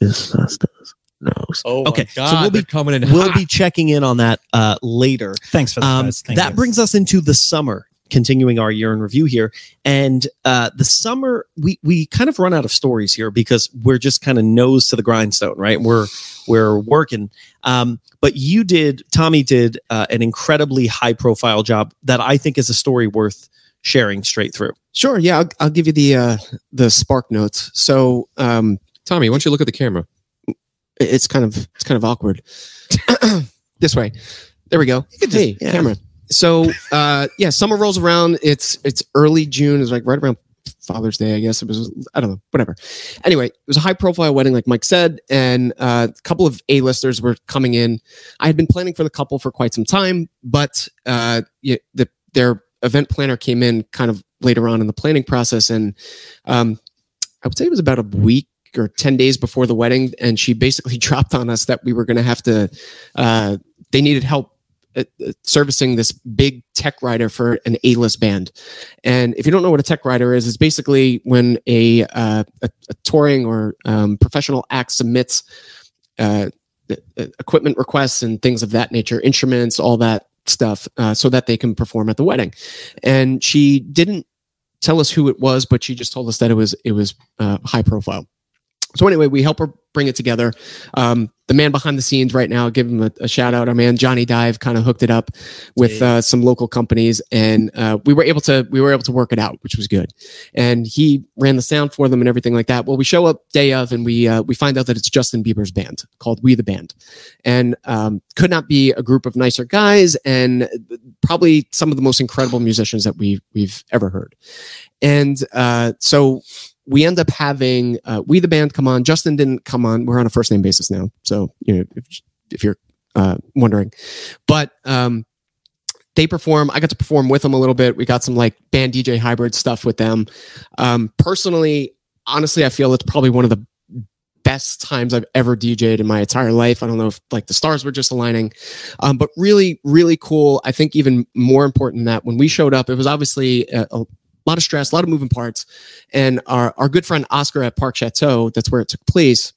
Speaker 1: is Festa's nose.
Speaker 2: Oh,
Speaker 1: Okay, so we'll be
Speaker 2: coming in.
Speaker 1: We'll be checking in on that uh, later.
Speaker 3: Thanks for that.
Speaker 1: Um,
Speaker 3: guys. Thank
Speaker 1: that
Speaker 3: you.
Speaker 1: brings us into the summer, continuing our year in review here. And uh, the summer, we we kind of run out of stories here because we're just kind of nose to the grindstone, right? We're we're working. Um, but you did, Tommy did uh, an incredibly high profile job that I think is a story worth sharing straight through.
Speaker 5: Sure. Yeah. I'll, I'll give you the uh, the spark notes. So um,
Speaker 2: Tommy, why don't you look at the camera?
Speaker 5: it- it's kind of it's kind of awkward. this way. There we go.
Speaker 1: could just-
Speaker 5: hey,
Speaker 1: yeah.
Speaker 5: camera. So uh, yeah, summer rolls around. It's it's early June. It's like right around Father's Day, I guess. It was I don't know, whatever. Anyway, it was a high profile wedding, like Mike said, and uh, a couple of A listers were coming in. I had been planning for the couple for quite some time, but uh, yeah, the, their event planner came in kind of later on in the planning process, and um, I would say it was about a week or 10 days before the wedding and she basically dropped on us that we were going to have to uh, they needed help uh, uh, servicing this big tech rider for an a-list band and if you don't know what a tech rider is it's basically when a, uh, a, a touring or um, professional act submits uh, e- e- equipment requests and things of that nature instruments all that stuff uh, so that they can perform at the wedding and she didn't tell us who it was but she just told us that it was it was uh, high profile so anyway, we help her bring it together. Um, the man behind the scenes right now, give him a, a shout out. Our man Johnny Dive kind of hooked it up with uh, some local companies, and uh, we were able to we were able to work it out, which was good. And he ran the sound for them and everything like that. Well, we show up day of, and we uh, we find out that it's Justin Bieber's band called We the Band, and um, could not be a group of nicer guys, and probably some of the most incredible musicians that we we've ever heard. And uh, so we end up having uh, we the band come on. Justin didn't come on. We're on a first name basis now, so you know if, if you're uh, wondering, but um, they perform. I got to perform with them a little bit. We got some like band DJ hybrid stuff with them. Um, personally, honestly, I feel it's probably one of the best times I've ever DJed in my entire life. I don't know if like the stars were just aligning, um, but really, really cool. I think even more important than that when we showed up, it was obviously a, a lot of stress, a lot of moving parts and our, our good friend Oscar at Park Chateau, that's where it took place.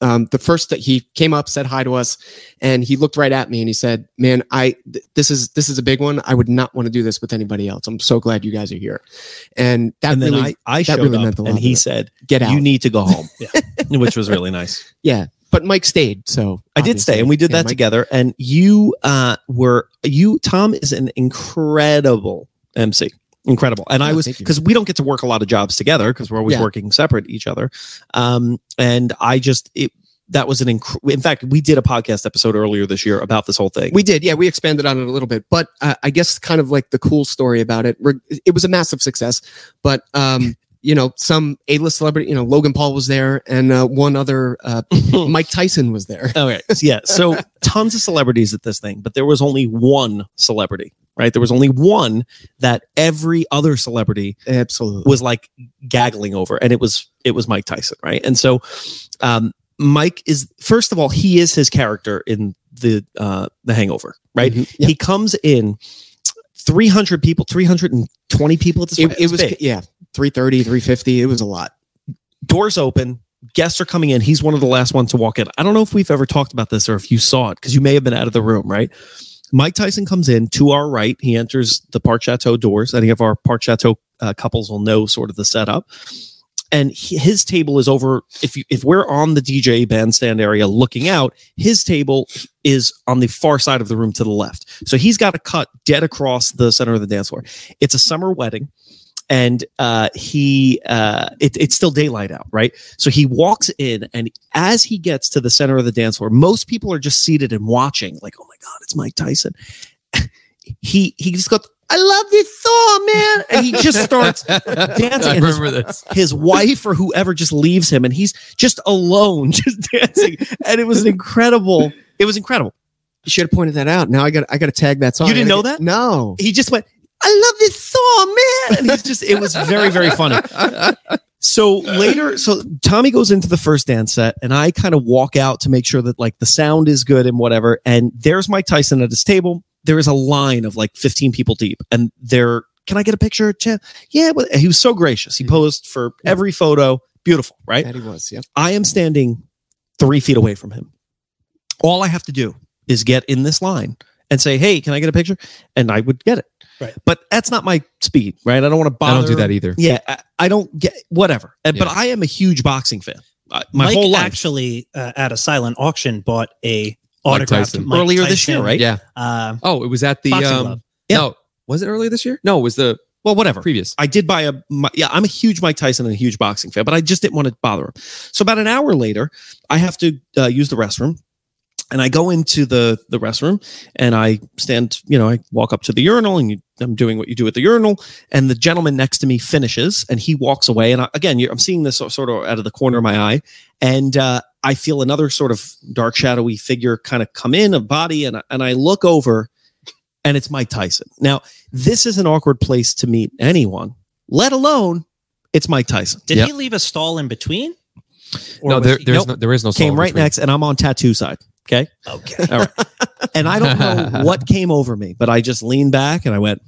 Speaker 5: Um, the first that he came up, said hi to us, and he looked right at me and he said, "Man, I th- this is this is a big one. I would not want to do this with anybody else. I'm so glad you guys are here." And that
Speaker 1: And then
Speaker 5: really
Speaker 1: I, I
Speaker 5: that
Speaker 1: showed
Speaker 5: really
Speaker 1: up
Speaker 5: meant a lot
Speaker 1: and
Speaker 5: to
Speaker 1: he
Speaker 5: it.
Speaker 1: said,
Speaker 5: get out.
Speaker 1: "You need to go home," which was really nice.
Speaker 5: yeah, but Mike stayed. So
Speaker 1: I did stay,
Speaker 5: obviously.
Speaker 1: and we did
Speaker 5: Yeah,
Speaker 1: that
Speaker 5: Mike-
Speaker 1: together. And you uh, were you. Tom is an incredible MC, incredible. And I
Speaker 5: Oh,
Speaker 1: was
Speaker 5: thank you.
Speaker 1: because we don't get to work a lot of jobs together because we're always
Speaker 5: Yeah.
Speaker 1: working separate each other. Um, and I just it that was an inc- in fact we did a podcast episode earlier this year about this whole thing.
Speaker 5: We did, yeah. We expanded on it a little bit, but uh, I guess kind of like the cool story about it. re- It was a massive success, but um, you know, some A-list celebrity, you know, Logan Paul was there, and uh, one other, uh, Mike Tyson was there.
Speaker 1: Okay. Yeah. So tons of celebrities at this thing, but there was only one celebrity, right? There was only one that every other celebrity
Speaker 5: Absolutely.
Speaker 1: was like gaggling over, and it was it was Mike Tyson, right? And so, um, Mike is first of all he is his character in the uh, the Hangover, right?
Speaker 5: Mhm.
Speaker 1: He comes in. 300 people, 320 people at this
Speaker 5: It, it was
Speaker 1: big.
Speaker 5: yeah, 330, 350. It was a lot.
Speaker 1: doors open guests are coming in he's one of the last ones to walk in i don't know if we've ever talked about this or if you saw it because you may have been out of the room right mike tyson comes in to our right he enters the park chateau doors any of our park chateau uh, couples will know sort of the setup and he- his table is over if you if we're on the dj bandstand area looking out his table is on the far side of the room to the left so he's got to cut dead across the center of the dance floor it's a summer wedding and uh, he uh, it, it's still daylight out right so he walks in and as he gets to the center of the dance floor most people are just seated and watching like oh my god it's mike tyson he he just goes i love this song man and he just starts
Speaker 2: I
Speaker 1: in his-
Speaker 2: remember this.
Speaker 1: his wife or whoever just leaves him and he's just alone just dancing and it was an incredible it was incredible
Speaker 5: You should have pointed that out. Now I got I got to tag that song.
Speaker 1: You
Speaker 5: I
Speaker 1: didn't
Speaker 5: gotta
Speaker 1: know
Speaker 5: get-
Speaker 1: that?
Speaker 5: No.
Speaker 1: he just went i love this song man and he's just it was very very funny So later, so Tommy goes into the first dance set, and I kind of walk out to make sure that like the sound is good and whatever. And there's Mike Tyson at his table. There is a line of like 15 people deep, and they're, can I get a picture? Ch- Yeah. well," He was so gracious.
Speaker 2: Hmm.
Speaker 1: He posed for every photo. Beautiful, right?
Speaker 5: That he was. Yeah.
Speaker 1: I am standing three feet away from him. All I have to do is get in this line and say, "Hey, can I get a picture?" And I would get it.
Speaker 3: Right.
Speaker 1: But that's not my speed, right? I don't want to
Speaker 2: I
Speaker 1: bother.
Speaker 2: don't do that either.
Speaker 1: Yeah, I, I don't get whatever. And, But
Speaker 2: Yeah.
Speaker 1: I am a huge boxing fan. I, my
Speaker 3: Mike
Speaker 1: whole life.
Speaker 3: actually uh, at a silent auction bought a
Speaker 2: Mike
Speaker 3: autographed
Speaker 2: Tyson.
Speaker 3: Mike
Speaker 1: Earlier this year,
Speaker 3: Tyson,
Speaker 1: right?
Speaker 2: Yeah.
Speaker 3: Uh,
Speaker 2: Oh, it was at the
Speaker 3: Boxing
Speaker 2: um,
Speaker 3: glove.
Speaker 2: no, was it earlier this year? No, it was the
Speaker 1: well, whatever.
Speaker 2: previous.
Speaker 1: I did buy a. My, yeah, I'm a huge Mike Tyson and a huge boxing fan, but I just didn't want to bother him. So about an hour later, I have to uh, use the restroom, and I go into the the restroom, and I stand. You know, I walk up to the urinal, and you, I'm doing what you do at the urinal, and the gentleman next to me finishes, and he walks away. And I, again, you're, I'm seeing this so- sort of out of the corner of my eye, and uh, I feel another sort of dark shadowy figure kind of come in a body, and I- and I look over. And it's Mike Tyson. Now, this is an awkward place to meet anyone let alone it's Mike Tyson.
Speaker 3: did
Speaker 2: Yep.
Speaker 3: he leave a stall in between? Or
Speaker 2: No,
Speaker 3: was
Speaker 2: there,
Speaker 3: he-
Speaker 2: there's
Speaker 1: Nope.
Speaker 2: no, there is no.
Speaker 1: Came
Speaker 2: solo
Speaker 1: right
Speaker 2: between.
Speaker 1: next, and I'm on tattoo side.
Speaker 3: Okay.
Speaker 1: And I don't know what came over me, but I just leaned back and I went,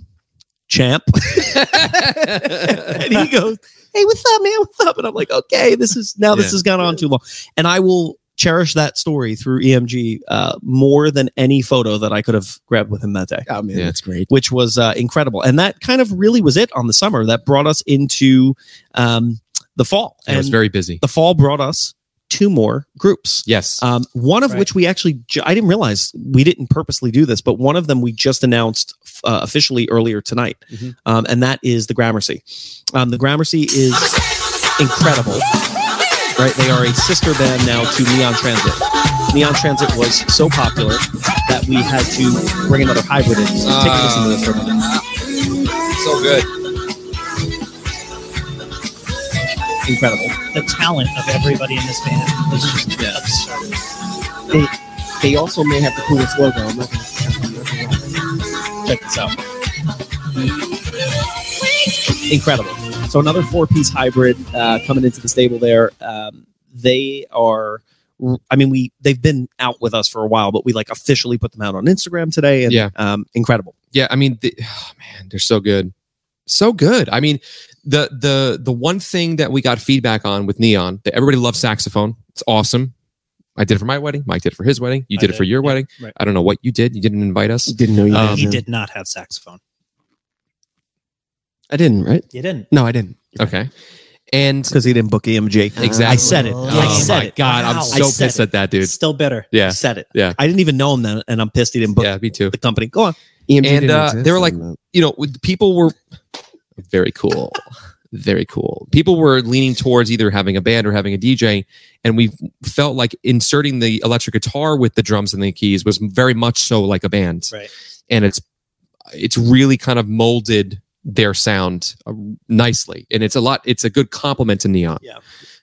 Speaker 1: champ. and he goes, hey, what's up, man? What's up? And I'm like, okay, this is now this
Speaker 2: Yeah.
Speaker 1: has gone on too long. And I will cherish that story through EMG uh, more than any photo that I could have grabbed with him that day.
Speaker 5: Oh man,
Speaker 2: Yeah.
Speaker 5: that's great.
Speaker 1: which was uh, incredible. And that kind of really was it on the summer that brought us into um, the fall.
Speaker 2: And it was
Speaker 1: And
Speaker 2: very busy.
Speaker 1: the fall brought us two more groups.
Speaker 2: Yes.
Speaker 1: Um, one of
Speaker 3: Right.
Speaker 1: which we actually, ju- I didn't realize we didn't purposely do this, but one of them we just announced uh, officially earlier tonight.
Speaker 5: Mhm.
Speaker 1: Um, and that is the Gramercy. Um, the Gramercy is incredible, right? They are a sister band now to Neon Transit. Neon Transit was so popular that we had to bring another hybrid in. So take a listen to this for a minute.
Speaker 2: so good.
Speaker 1: Incredible.
Speaker 3: the talent of everybody in this band was just absurd.
Speaker 5: They, they also may have the coolest logo. I'm not gonna-
Speaker 1: Check this out. Incredible. So another four-piece hybrid uh, coming into the stable there. Um, they are. I mean, we they've been out with us for a while, but we like officially put them out on Instagram today, and
Speaker 2: Yeah.
Speaker 1: um, incredible.
Speaker 2: Yeah, I mean, the, oh, man, they're so good, so good. I mean, the the the one thing that we got feedback on with Neon that everybody loves saxophone. It's awesome. I did it for my wedding. Mike did it for his wedding. You
Speaker 3: I
Speaker 2: did, it for
Speaker 3: did,
Speaker 2: your
Speaker 3: yeah,
Speaker 2: wedding.
Speaker 3: right.
Speaker 2: I don't know what you did. You didn't invite us.
Speaker 5: Didn't know you.
Speaker 2: Um,
Speaker 5: had
Speaker 3: he
Speaker 5: that.
Speaker 3: did not have saxophone.
Speaker 5: I didn't, right?
Speaker 3: You didn't.
Speaker 5: No, I didn't.
Speaker 2: Okay. And
Speaker 1: because he didn't book EMG.
Speaker 2: Exactly.
Speaker 1: I said it.
Speaker 2: oh
Speaker 1: I said
Speaker 2: my
Speaker 1: it.
Speaker 2: God, I'm
Speaker 1: Wow.
Speaker 2: so
Speaker 1: I said
Speaker 2: pissed at that dude.
Speaker 3: Still bitter.
Speaker 1: I
Speaker 2: Yeah,
Speaker 1: said it.
Speaker 2: Yeah.
Speaker 1: I didn't even know him then, and I'm pissed he didn't book
Speaker 2: yeah, me too.
Speaker 1: the company. Go on.
Speaker 5: EMG
Speaker 2: And,
Speaker 5: E didn't
Speaker 2: uh,
Speaker 5: exist
Speaker 2: they were like-
Speaker 5: in the-
Speaker 2: you know, with- people were very cool, very cool. People were leaning towards either having a band or having a DJ, and we felt like inserting the electric guitar with the drums and the keys was very much so like a band,
Speaker 3: Right.
Speaker 2: and it's it's really kind of molded their sound uh, nicely, and it's a lot. It's a good compliment to Neon.
Speaker 3: Yeah.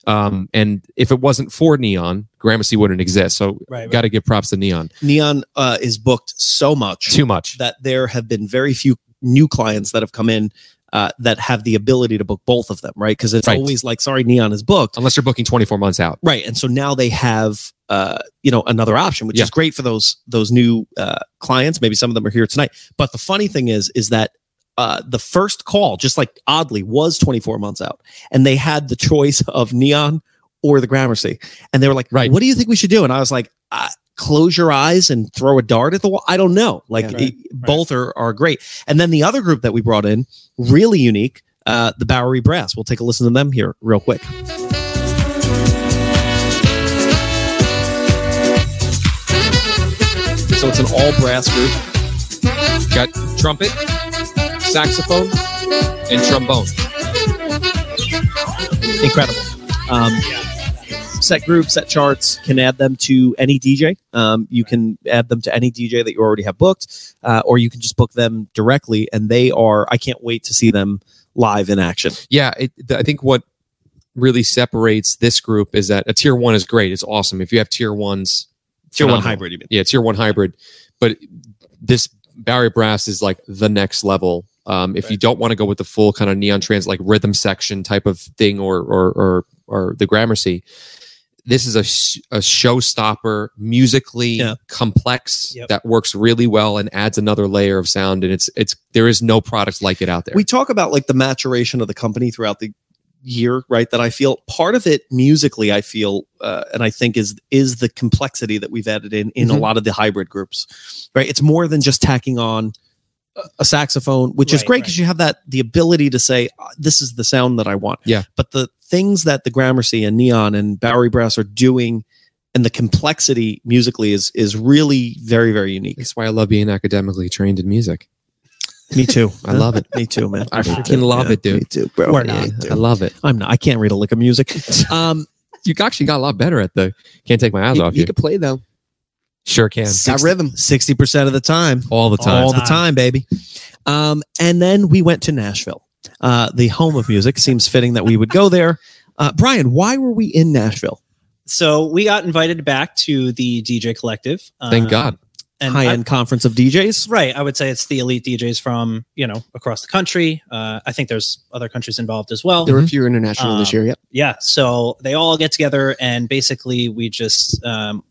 Speaker 2: Um, and if it wasn't for Neon, Gramercy wouldn't exist. So
Speaker 3: Right. right.
Speaker 2: got to give props to Neon.
Speaker 1: Neon uh, is booked so much
Speaker 2: Too much.
Speaker 1: that there have been very few new clients that have come in uh, that have the ability to book both of them, right? Because it's
Speaker 2: Right.
Speaker 1: always like, sorry, Neon is booked.
Speaker 2: Unless you're booking 24 months out.
Speaker 1: Right. And so now they have uh, you know, another option, which
Speaker 2: Yeah.
Speaker 1: is great for those those new uh, clients. Maybe some of them are here tonight. But the funny thing is, is that uh, the first call, just like oddly, was 24 months out. And they had the choice of neon or the Gramercy. And they were like,
Speaker 2: Right.
Speaker 1: what do you think we should do? And I was like, I, close your eyes and throw a dart at the wall. I don't know. Like
Speaker 3: Yeah. Right.
Speaker 1: it- both are, are great. And then the other group that we brought in, really unique, uh, the Bowery Brass. We'll take a listen to them here real quick. So it's an all brass group.
Speaker 2: Got trumpet, saxophone, and trombone.
Speaker 1: incredible. Um, set groups, set charts, can add them to any DJ. Um, you can add them to any DJ that you already have booked, uh, or you can just book them directly. And they are, I can't wait to see them live in action.
Speaker 2: Yeah, it, th- I think what really separates this group is that a tier one is great. It's awesome if you have tier ones. phenomenal.
Speaker 1: you mean?
Speaker 2: Yeah, tier one hybrid. But this Barry Brass is like the next level. Um, if you don't want to go with the full kind of neon trans like rhythm section type of thing or or or, or the Gramercy, this is a sh- a showstopper musically
Speaker 1: Yeah.
Speaker 2: complex
Speaker 3: Yep.
Speaker 2: that works really well and adds another layer of sound and it's it's there is no product like it out there.
Speaker 1: We talk about like the maturation of the company throughout the year, right? That I feel part of it musically, I feel, uh, and I think is is the complexity that we've added in in a
Speaker 2: Mhm.
Speaker 1: lot of the hybrid groups, right? It's more than just tacking on a- a saxophone, which is
Speaker 3: Right,
Speaker 1: great because
Speaker 3: right.
Speaker 1: you have that the ability to say "Uh, this is the sound that I want.
Speaker 2: Yeah.
Speaker 1: But the things that the Gramercy and Neon and Bowery Brass are doing. And the complexity musically is is really very very unique.
Speaker 2: That's why I love being academically trained in music.
Speaker 1: Me too.
Speaker 2: I love it.
Speaker 1: Me too, man.
Speaker 2: I freaking love it, dude.
Speaker 1: Me too, bro.
Speaker 3: We're
Speaker 1: Me
Speaker 3: not.
Speaker 1: too.
Speaker 2: I love it.
Speaker 1: I'm not. I can't read a lick of music. Um,
Speaker 2: You actually got a lot better at the can't take my eyes
Speaker 5: you,
Speaker 2: off
Speaker 5: you
Speaker 2: you.
Speaker 5: could play though.
Speaker 2: sure can.
Speaker 5: Got rhythm.
Speaker 1: sixty percent of the time,
Speaker 2: All the time.
Speaker 1: all the time, baby. Um, and then we went to Nashville, uh, the home of music. Seems fitting that we would go there. Uh, Brian, why were we in Nashville?
Speaker 3: So we got invited back to the DJ Collective.
Speaker 2: Thank
Speaker 3: um,
Speaker 2: God.
Speaker 3: And
Speaker 1: High
Speaker 3: I-
Speaker 1: end conference of DJs.
Speaker 3: right. I would say it's the elite DJs from you know across the country. Uh, I think there's other countries involved as well.
Speaker 5: There
Speaker 1: Mm-hmm.
Speaker 5: were a few international this
Speaker 1: Uh,
Speaker 3: Um,
Speaker 5: year. Yep.
Speaker 3: yeah so they all get together and basically we just um,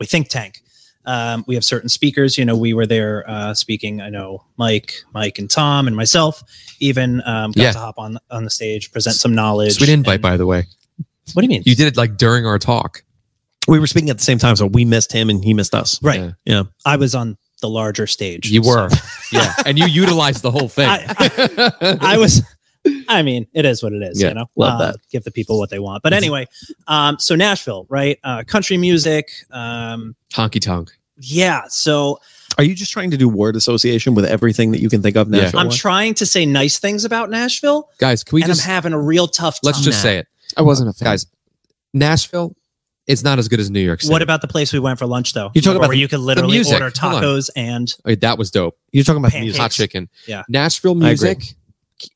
Speaker 3: we think tank um, we have certain speakers you know we were there uh, speaking i know mike mike and tom and myself even um, got
Speaker 2: Yeah.
Speaker 3: to hop on on the stage present some knowledge
Speaker 2: Sweet invite,
Speaker 3: Uh, and-
Speaker 2: by the way.
Speaker 3: what do you mean
Speaker 2: You did it like during our talk.
Speaker 1: We were speaking at the same time, so we missed him and he missed us.
Speaker 3: right
Speaker 2: Yeah.
Speaker 1: Yeah.
Speaker 3: i was on the larger stage
Speaker 2: You
Speaker 3: so
Speaker 2: were. yeah. And you utilized the whole thing.
Speaker 3: I- i was i mean it is what it is
Speaker 2: Yeah,
Speaker 3: you know
Speaker 1: love
Speaker 3: Uh,
Speaker 1: that.
Speaker 3: give the people what they want but anyway um, so nashville right uh, country music um,
Speaker 2: honky tonk.
Speaker 3: yeah so
Speaker 1: Are you just trying to do word association with everything that you can think of?
Speaker 2: Yeah.
Speaker 1: Nashville.
Speaker 3: I'm
Speaker 1: wise?
Speaker 3: trying to say nice things about Nashville,
Speaker 2: Guys, can we
Speaker 3: and
Speaker 2: just
Speaker 3: I'm having a real tough time.
Speaker 2: let's just say it.
Speaker 5: I wasn't a fan.
Speaker 2: Guys, Nashville, it's not as good as New York City.
Speaker 3: What about the place we went for lunch, though?
Speaker 1: You're talking about
Speaker 3: where
Speaker 1: the-
Speaker 3: you could literally
Speaker 2: music.
Speaker 3: order
Speaker 2: Hold on.
Speaker 3: tacos and
Speaker 2: Wait, Oh, that was dope.
Speaker 1: You're talking about
Speaker 3: Pancakes.
Speaker 1: music.
Speaker 2: Hot chicken.
Speaker 3: Yeah.
Speaker 2: Nashville
Speaker 1: I agree.
Speaker 2: music,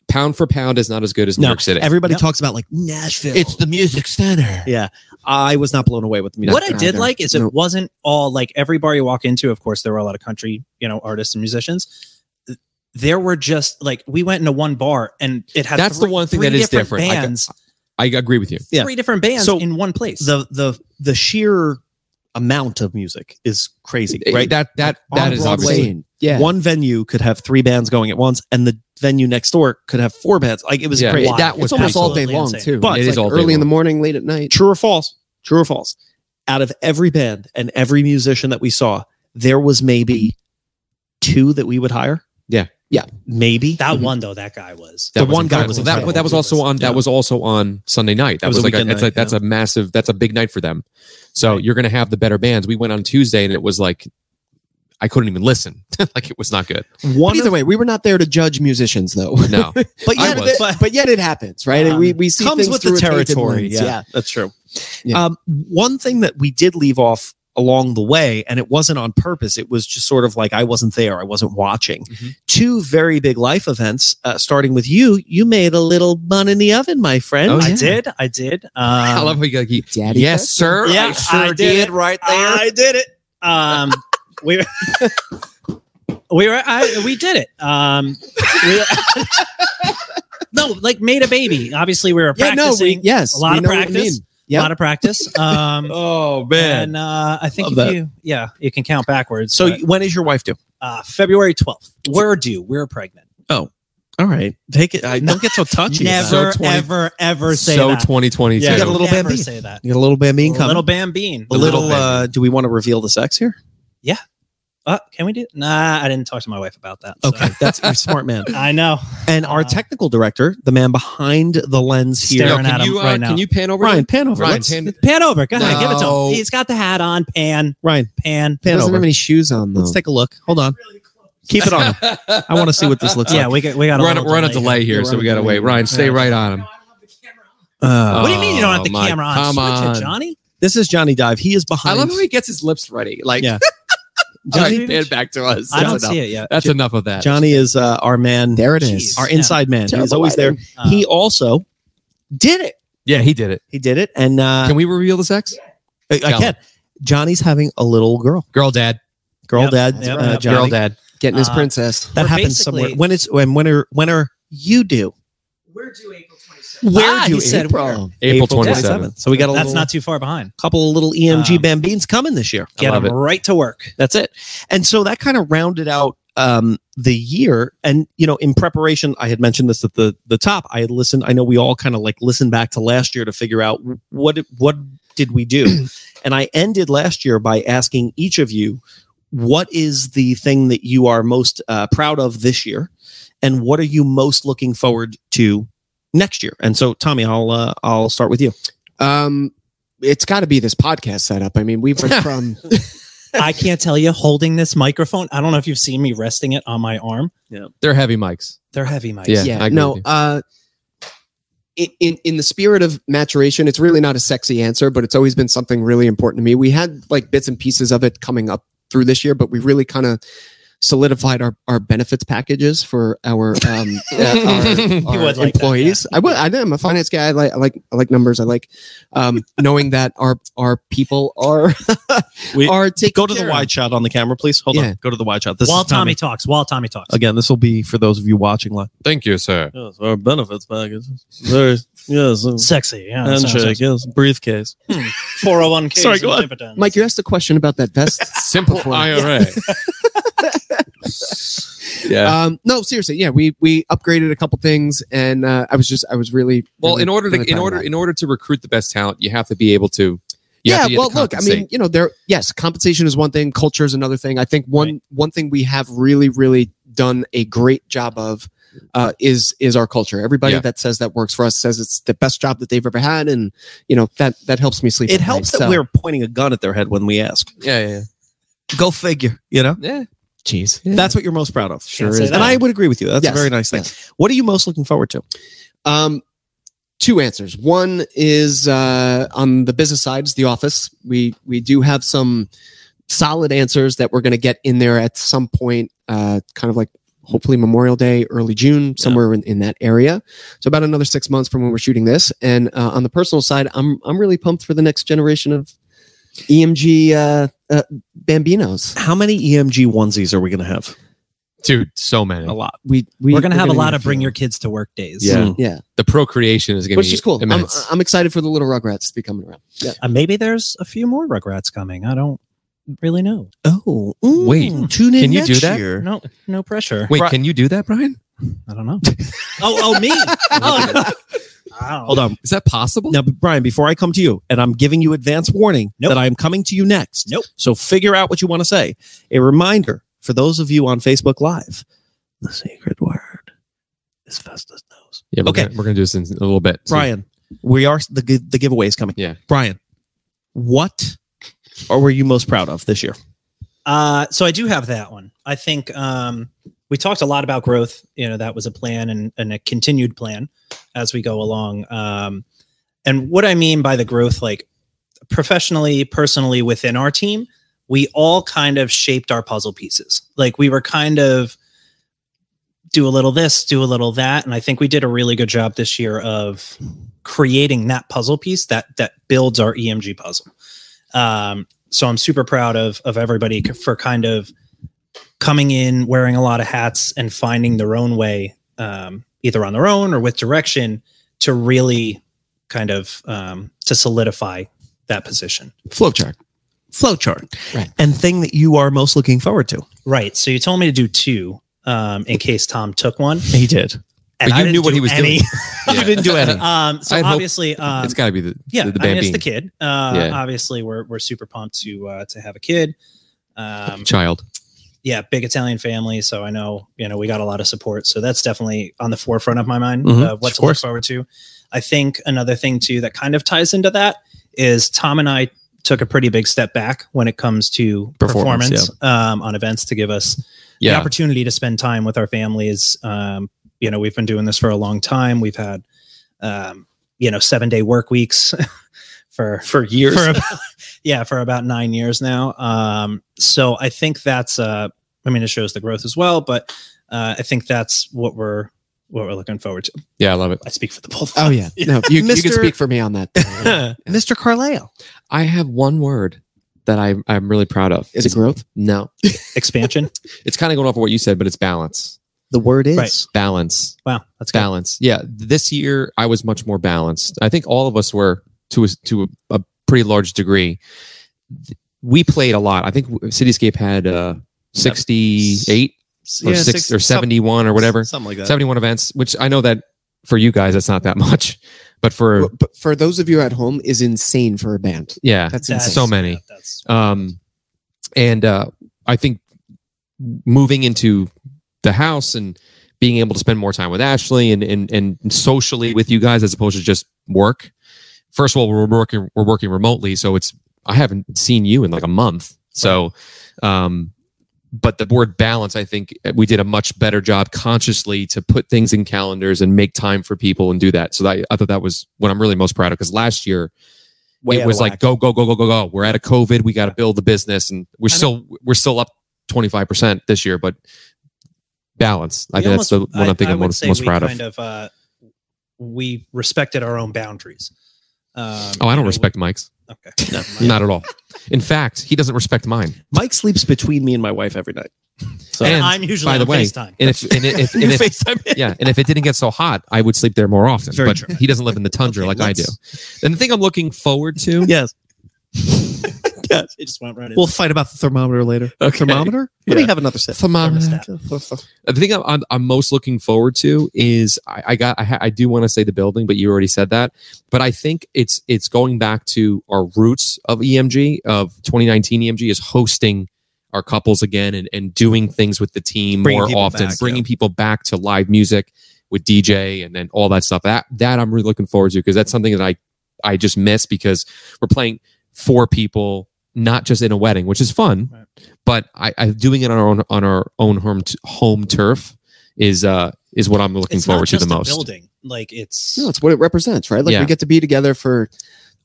Speaker 2: pound for pound, is not as good as New
Speaker 1: No,
Speaker 2: York City.
Speaker 1: Everybody
Speaker 3: Yep.
Speaker 1: talks about like Nashville.
Speaker 2: the music center.
Speaker 1: yeah, I was not blown away with the music.
Speaker 3: what I
Speaker 5: no,
Speaker 3: did
Speaker 5: no,
Speaker 3: like is
Speaker 5: no.
Speaker 3: it wasn't all like every bar you walk into. Of course, there were a lot of country, you know, artists and musicians. There were just like we went into one bar and it had
Speaker 2: That's
Speaker 3: three-
Speaker 2: the one thing
Speaker 3: three
Speaker 2: that is
Speaker 3: different
Speaker 2: different. I, g-
Speaker 3: Bands,
Speaker 2: I agree with you.
Speaker 1: yeah.
Speaker 3: three different bands
Speaker 1: So,
Speaker 3: in one place.
Speaker 1: the the the sheer amount of music is crazy, right?
Speaker 2: That that that
Speaker 1: on
Speaker 2: is
Speaker 1: Broadway,
Speaker 2: obviously
Speaker 5: Insane. Yeah.
Speaker 1: One venue could have three bands going at once, and the venue next door could have four bands. Like it was
Speaker 2: Yeah,
Speaker 1: crazy.
Speaker 3: wild.
Speaker 2: that was
Speaker 5: it's almost all day
Speaker 3: absolutely
Speaker 5: long
Speaker 3: insane.
Speaker 5: too.
Speaker 1: But-
Speaker 5: it's
Speaker 2: It is
Speaker 5: like
Speaker 2: all day
Speaker 5: early
Speaker 2: long.
Speaker 5: in the morning, late at night.
Speaker 1: True or false? True or false? Out of every band and every musician that we saw, there was maybe two that we would hire.
Speaker 2: Yeah.
Speaker 5: Yeah.
Speaker 1: maybe
Speaker 3: That one though, that guy was.
Speaker 1: The
Speaker 2: Mm-hmm. That was
Speaker 1: one guy
Speaker 2: incredible.
Speaker 1: was
Speaker 2: Well, that,
Speaker 1: incredible.
Speaker 2: that was also on that
Speaker 1: Yeah.
Speaker 2: was also on Sunday night. That
Speaker 1: It was
Speaker 2: was,
Speaker 1: a
Speaker 2: like a,
Speaker 1: weekend
Speaker 2: that's
Speaker 1: night,
Speaker 2: a, that's
Speaker 1: yeah.
Speaker 2: a massive that's a big night for them. So
Speaker 1: Right.
Speaker 2: you're gonna have the better bands. We went on Tuesday and it was like I couldn't even listen. like it was not good.
Speaker 5: But
Speaker 1: one
Speaker 5: either
Speaker 1: of,
Speaker 5: way, we were not there to judge musicians, though.
Speaker 2: No,
Speaker 1: but
Speaker 2: I
Speaker 1: yet
Speaker 2: was.
Speaker 1: but-
Speaker 5: but, yet it happens, right? and we we see
Speaker 1: comes
Speaker 5: things
Speaker 1: with the
Speaker 5: through a tainted
Speaker 1: territory.
Speaker 5: lens.
Speaker 1: Yeah, that's true.
Speaker 5: Yeah.
Speaker 1: Um, one thing that we did leave off along the way, and it wasn't on purpose. It was just sort of like I wasn't there. I wasn't watching.
Speaker 2: Mhm.
Speaker 1: Two very big life events, uh, starting with you. You made a little bun in the oven, my friend.
Speaker 2: Oh,
Speaker 1: I
Speaker 2: yeah.
Speaker 3: I did. I did. Um,
Speaker 2: I love how you like,
Speaker 5: Daddy
Speaker 2: yes,
Speaker 5: does.
Speaker 2: sir.
Speaker 3: Yeah, I did it.
Speaker 2: right
Speaker 3: I did it. Um, we we were I, we did it. Um, we- no, like made a baby. Obviously, we were
Speaker 5: Yeah,
Speaker 3: practicing.
Speaker 5: no, we, yes.
Speaker 3: a lot
Speaker 5: we
Speaker 3: of
Speaker 5: know what you
Speaker 3: practice.
Speaker 5: mean. Yep.
Speaker 3: A lot of practice. Um,
Speaker 2: Oh
Speaker 3: and uh, I think
Speaker 1: Love
Speaker 3: if
Speaker 1: that.
Speaker 3: you, yeah, you can count backwards.
Speaker 1: So
Speaker 3: So
Speaker 1: when is your wife due?
Speaker 3: uh, February twelfth, we're due. We're pregnant.
Speaker 1: All right, take it. I don't get so touchy.
Speaker 2: Never.
Speaker 1: So-
Speaker 2: So 20
Speaker 3: ever, ever
Speaker 2: so 2022.
Speaker 1: Yeah, you got a
Speaker 3: Never
Speaker 1: little bambine.
Speaker 3: Say that.
Speaker 1: You got a little bambine
Speaker 3: A
Speaker 1: coming.
Speaker 3: little bambine.
Speaker 1: a little.
Speaker 2: bambine.
Speaker 1: Uh, do we want to reveal the sex here?
Speaker 3: Uh, can we do? Nah, I didn't talk to my wife about that. so.
Speaker 1: Okay, that's you're a smart man.
Speaker 3: I know.
Speaker 1: And our
Speaker 3: Uh,
Speaker 1: technical director, the man behind the lens here,
Speaker 3: Staring
Speaker 2: can
Speaker 3: at him
Speaker 2: you uh,
Speaker 3: right
Speaker 2: can
Speaker 3: now.
Speaker 2: you pan over?
Speaker 1: Ryan Panover.
Speaker 2: Ryan,
Speaker 1: let's-
Speaker 2: pan-
Speaker 3: Pan over. Go ahead. Give it to
Speaker 2: No.
Speaker 3: him. He's got the hat on. Pan.
Speaker 1: Ryan,
Speaker 3: Pan.
Speaker 5: He
Speaker 1: pan
Speaker 5: doesn't
Speaker 1: over.
Speaker 5: have any shoes on, though.
Speaker 1: Let's take a look. Hold on. Keep it on. I want to see what this looks
Speaker 3: Yeah,
Speaker 1: like.
Speaker 3: we got we got
Speaker 2: We're
Speaker 3: a
Speaker 2: on,
Speaker 3: little
Speaker 2: we're on a delay here,
Speaker 5: Yeah,
Speaker 2: so
Speaker 5: we're
Speaker 2: we
Speaker 5: on a
Speaker 2: gotta
Speaker 5: delay.
Speaker 2: wait. Ryan, stay
Speaker 3: Yeah.
Speaker 2: right on him.
Speaker 1: Uh,
Speaker 3: What do you mean you don't have the
Speaker 2: Oh, my-
Speaker 3: camera on?
Speaker 2: come
Speaker 3: Switch
Speaker 2: on.
Speaker 3: it, Johnny.
Speaker 1: this is Johnny Dive. He is
Speaker 2: I
Speaker 1: behind.
Speaker 2: love how he gets his lips ready. Like,
Speaker 1: Yeah.
Speaker 2: all right,
Speaker 1: Johnny,
Speaker 2: pan back to us.
Speaker 3: I don't
Speaker 2: That's enough.
Speaker 3: see it yet.
Speaker 2: That's
Speaker 1: Jo-
Speaker 2: enough of that.
Speaker 1: Johnny is uh, our man,
Speaker 5: There it
Speaker 3: Jeez.
Speaker 5: is.
Speaker 1: our
Speaker 3: Yeah.
Speaker 1: inside man. He's
Speaker 5: Terrible
Speaker 1: always there.
Speaker 5: lighting.
Speaker 3: Uh,
Speaker 1: he also did it.
Speaker 2: Yeah, he did it.
Speaker 1: He did it, and uh,
Speaker 2: Can we reveal the sex?
Speaker 1: I, I
Speaker 2: tell him?
Speaker 1: can't. Johnny's having a little girl,
Speaker 2: Girl, dad,
Speaker 1: girl
Speaker 3: Yep,
Speaker 1: dad,
Speaker 3: yep,
Speaker 1: uh,
Speaker 3: yep.
Speaker 1: Johnny.
Speaker 2: girl, dad.
Speaker 5: Getting his
Speaker 3: Uh,
Speaker 5: princess.
Speaker 1: That
Speaker 3: We're
Speaker 1: happens
Speaker 3: basically-
Speaker 1: somewhere. When it's when when are when are you do? Where
Speaker 3: Ah,
Speaker 1: do
Speaker 3: he said
Speaker 5: April.
Speaker 3: where.
Speaker 2: April twenty seventh.
Speaker 1: So we got a
Speaker 3: That's
Speaker 1: little,
Speaker 3: not too far behind.
Speaker 1: couple of little EMG
Speaker 3: Um,
Speaker 1: bambines coming this year.
Speaker 3: Get
Speaker 2: love
Speaker 3: him
Speaker 2: it.
Speaker 3: right to work.
Speaker 1: That's it. And so that kind of rounded out um, the year. And you know, in preparation, I had mentioned this at the the top. I had listened. I know we all kind of like listened back to last year to figure out what what did we do. and I ended last year by asking each of you, what is the thing that you are most uh, proud of this year, and what are you most looking forward to next year? And so, Tommy, I'll uh, I'll start with you.
Speaker 5: Um, it's got to be this podcast setup. I mean, we went from
Speaker 3: I can't tell you holding this microphone. I don't know if you've seen me resting it on my arm.
Speaker 2: They're heavy mics.
Speaker 3: They're heavy mics.
Speaker 2: Yeah. I
Speaker 5: yeah,
Speaker 2: agree
Speaker 5: no,
Speaker 2: with
Speaker 5: uh, in, in in the spirit of maturation, it's really not a sexy answer, but it's always been something really important to me. We had like bits and pieces of it coming up through this year, but we really kind of solidified our, our benefits packages for our um uh, our,
Speaker 3: You
Speaker 5: our
Speaker 3: would like that,
Speaker 5: employees. I would. I am a finance guy. I like. I like. I like numbers. I like um knowing that our our people are
Speaker 1: We-
Speaker 5: are taking
Speaker 1: Go to the
Speaker 5: care of.
Speaker 1: wide shot on the camera, please. Hold
Speaker 5: Yeah.
Speaker 1: on. Go to the wide shot. This
Speaker 3: while
Speaker 1: is Tommy.
Speaker 3: Tommy talks, while Tommy talks.
Speaker 1: Again, this will be for those of you watching live.
Speaker 2: Thank you, sir.
Speaker 1: Yes, our benefits package. Very yes, uh,
Speaker 3: Sexy. Yeah. that sounds
Speaker 1: handshake.
Speaker 3: sexy.
Speaker 1: Yes, briefcase.
Speaker 3: 401k.
Speaker 1: Sorry, go on.
Speaker 3: Dividends.
Speaker 5: Mike, you asked a question about that vest.
Speaker 2: Simple
Speaker 5: Before-
Speaker 2: IRA. yeah.
Speaker 5: Um, no, seriously, yeah, we we upgraded a couple things, and uh, I was just I was really
Speaker 2: well,
Speaker 5: really-
Speaker 2: in order to
Speaker 5: really
Speaker 2: in
Speaker 5: proud of
Speaker 2: order
Speaker 5: that.
Speaker 2: in order to recruit the best talent, you have to be able to. you have
Speaker 5: yeah,
Speaker 2: to get
Speaker 5: well,
Speaker 2: to
Speaker 5: look, I mean,
Speaker 2: compensate.
Speaker 5: you know, there yes, compensation is one thing, culture is another thing. I think one one thing we have really really done a great job of uh, is is our culture. Everybody
Speaker 2: Yeah.
Speaker 5: that says that works for us says it's the best job that they've ever had, and you know that that helps me sleep.
Speaker 1: It
Speaker 5: at night,
Speaker 1: helps that
Speaker 5: so-
Speaker 1: we're pointing a gun at their head when we ask.
Speaker 2: yeah, yeah,
Speaker 1: Go figure. You know,
Speaker 2: yeah.
Speaker 5: jeez.
Speaker 1: that's what you're most proud of.
Speaker 5: Sure
Speaker 3: say
Speaker 5: is.
Speaker 1: And I would agree with you. That's
Speaker 5: Yes,
Speaker 1: a very nice thing.
Speaker 5: yes.
Speaker 1: What are you most looking forward to?
Speaker 5: Um, two answers. One is uh, on the business side, is the office. We we do have some solid answers that we're going to get in there at some point, uh, kind of like hopefully Memorial Day, early June, somewhere in, in that area. So about another six months from when we're shooting this. And uh, on the personal side, I'm I'm really pumped for the next generation of EMG uh, uh, Bambinos.
Speaker 1: How many EMG onesies are we going to have?
Speaker 2: Dude, so many.
Speaker 1: A lot.
Speaker 5: We, we
Speaker 3: we're going to have a
Speaker 5: gonna
Speaker 3: lot
Speaker 5: need
Speaker 3: of bring
Speaker 5: few.
Speaker 3: your kids to work days.
Speaker 2: Yeah.
Speaker 5: yeah,
Speaker 2: The procreation is going to be
Speaker 5: which is cool. I'm,
Speaker 2: immense.
Speaker 5: I'm excited for the little Rugrats to be coming around. Yeah.
Speaker 3: Uh, maybe there's a few more Rugrats coming. I don't really know.
Speaker 1: Oh,
Speaker 2: Wait,
Speaker 1: Tune in.
Speaker 2: can you
Speaker 1: next
Speaker 2: do that?
Speaker 1: Year.
Speaker 3: No, no pressure.
Speaker 2: Wait,
Speaker 1: Bri-
Speaker 2: can you do that, Brian?
Speaker 3: I don't know. oh, oh, me. Oh, I don't
Speaker 1: Hold
Speaker 3: know.
Speaker 1: on.
Speaker 2: Is that possible?
Speaker 1: Now, Brian, before I come to you, and I'm giving you advance warning
Speaker 3: Nope.
Speaker 1: that I am coming to you next.
Speaker 3: Nope.
Speaker 1: So figure out what you want to say. A reminder for those of you on Facebook Live The secret word is Festus knows.
Speaker 2: Yeah, we're
Speaker 1: Okay.
Speaker 2: Gonna, we're gonna do this in a little bit. So-
Speaker 1: Brian, we are the gi- the giveaway is coming.
Speaker 2: Yeah.
Speaker 1: Brian, what or were you most proud of this year?
Speaker 3: Uh, so I do have that one. I think um, we talked a lot about growth. You know, that was a plan and, and a continued plan as we go along. Um, and what I mean by the growth, like professionally, personally, within our team, we all kind of shaped our puzzle pieces. Like we were kind of do a little this, do a little that, and I think we did a really good job this year of creating that puzzle piece that that builds our EMG puzzle. Um, so I'm super proud of of everybody c- for kind of coming in wearing a lot of hats and finding their own way um, either on their own or with direction to really kind of um, to solidify that position
Speaker 2: flowchart.
Speaker 1: Flowchart.
Speaker 5: Right.
Speaker 1: And thing that you are most looking forward to.
Speaker 3: right so you told me to do two um, in case tom took one
Speaker 1: He did.
Speaker 3: and
Speaker 2: But
Speaker 3: I
Speaker 2: you
Speaker 3: didn't
Speaker 2: knew what
Speaker 3: do
Speaker 2: he was
Speaker 3: any.
Speaker 2: doing. Yeah.
Speaker 1: didn't do any.
Speaker 3: um, so
Speaker 2: I'd hope-
Speaker 3: obviously um,
Speaker 2: it's got to be the
Speaker 3: yeah,
Speaker 2: the, the
Speaker 3: I mean, it's
Speaker 2: bambine
Speaker 3: the kid. Uh,
Speaker 2: Yeah.
Speaker 3: Obviously, we're, we're super pumped to uh, to have a kid. Um,
Speaker 2: child.
Speaker 3: yeah, big Italian family. So I know, you know, we got a lot of support. So that's definitely on the forefront of my mind
Speaker 1: Mhm,
Speaker 3: uh, what
Speaker 1: of
Speaker 3: to look
Speaker 1: course.
Speaker 3: forward to. I think another thing too that kind of ties into that is Tom and I took a pretty big step back when it comes to
Speaker 1: Performance,
Speaker 3: performance, um, on events to give us the
Speaker 2: Yeah,
Speaker 3: opportunity to spend time with our families. Um, you know, we've been doing this for a long time. We've had, um, you know, seven day work weeks for
Speaker 1: For years.
Speaker 3: for about, yeah, for about nine years now. Um, so I think that's uh, I mean, it shows the growth as well, but uh, I think that's what we're what we're looking forward to.
Speaker 2: yeah, I love it.
Speaker 3: I speak for the both.
Speaker 5: Oh yeah, no, you, you can
Speaker 1: Mr.
Speaker 5: speak for me on that.
Speaker 1: Mr. Carleo.
Speaker 2: I have one word that I I'm really proud of.
Speaker 5: Is it growth?
Speaker 2: No,
Speaker 3: Expansion.
Speaker 2: it's kind of going off of what you said, but it's balance.
Speaker 1: The word is
Speaker 3: Right.
Speaker 2: Balance.
Speaker 3: Wow, that's good.
Speaker 2: balance. Yeah, this year I was much more balanced. I think all of us were to a, to a, a pretty large degree. Th- We played a lot. I think w- Cityscape had uh, sixty eight or
Speaker 1: Yeah,
Speaker 2: six,
Speaker 1: six-
Speaker 2: or seventy one or whatever,
Speaker 1: Something like that.
Speaker 2: seventy one events. Which I know that for you guys that's not that much, but for
Speaker 5: But- But for those of you at home, is insane for a band.
Speaker 2: yeah,
Speaker 5: That's
Speaker 3: That's-
Speaker 5: insane.
Speaker 2: so many.
Speaker 3: That's
Speaker 2: Um, and uh, I think moving into the house and being able to spend more time with Ashley and and and socially with you guys as opposed to just work. First of all, we're working we're working remotely, so it's I haven't seen you in like a month. So, um, but the word balance, I think we did a much better job consciously to put things in calendars and make time for people and do that. So that, I thought that was what I'm really most proud of because last year
Speaker 1: Way out
Speaker 2: it
Speaker 1: of
Speaker 2: was
Speaker 1: whack.
Speaker 2: like go go go go go go. We're out of COVID. We got to build the business, and we're
Speaker 3: I
Speaker 2: still we're still up twenty five percent this year, but balance. I
Speaker 3: We
Speaker 2: think that's the
Speaker 3: almost-
Speaker 2: one I, think
Speaker 3: I
Speaker 2: I'm
Speaker 3: would
Speaker 2: most,
Speaker 3: say
Speaker 2: most
Speaker 3: we
Speaker 2: proud of.
Speaker 3: kind of. uh, we respected our own boundaries. Um,
Speaker 2: Oh, I
Speaker 3: you
Speaker 2: don't
Speaker 3: know,
Speaker 2: respect Mike's.
Speaker 3: we- Okay.
Speaker 2: Not at all. In fact, he doesn't respect mine.
Speaker 1: Mike sleeps between me and my wife every night. So
Speaker 2: And-
Speaker 3: I'm usually
Speaker 2: by
Speaker 3: on
Speaker 2: the way,
Speaker 3: FaceTime.
Speaker 2: And if and if, and
Speaker 1: You
Speaker 2: if
Speaker 1: FaceTime me.
Speaker 2: yeah, and if it didn't get so hot, I would sleep there more often.
Speaker 1: Very
Speaker 2: but
Speaker 1: true.
Speaker 2: he doesn't live in the tundra
Speaker 3: Okay,
Speaker 2: like I do. And the thing I'm looking forward to,
Speaker 1: Yes. yes.
Speaker 3: it just went right in.
Speaker 1: We'll fight about the thermometer later.
Speaker 2: Okay.
Speaker 1: Thermometer? Let
Speaker 2: Yeah.
Speaker 1: me have another sip.
Speaker 2: thermometer. The thing I'm, I'm, I'm most looking forward to is I, I got I, ha- I do want to say the building, but you already said that. But I think it's it's going back to our roots of EMG of 2019 EMG is hosting our couples again and, and doing things with the team
Speaker 1: Bringing
Speaker 2: more
Speaker 1: people
Speaker 2: often,
Speaker 1: back,
Speaker 2: bringing
Speaker 1: yeah.
Speaker 2: people back to live music with DJ and then all that stuff. That that I'm really looking forward to because that's something that I I just miss because we're playing for people, not just in a wedding, which is fun but I, I doing it on our own on our own home t- home turf is uh is what I'm looking
Speaker 3: it's
Speaker 2: forward
Speaker 3: not
Speaker 2: to
Speaker 3: just
Speaker 2: the
Speaker 3: a
Speaker 2: most.
Speaker 3: building. Like it's
Speaker 5: No, it's what it represents, right? Like
Speaker 2: Yeah.
Speaker 5: we get to be together for.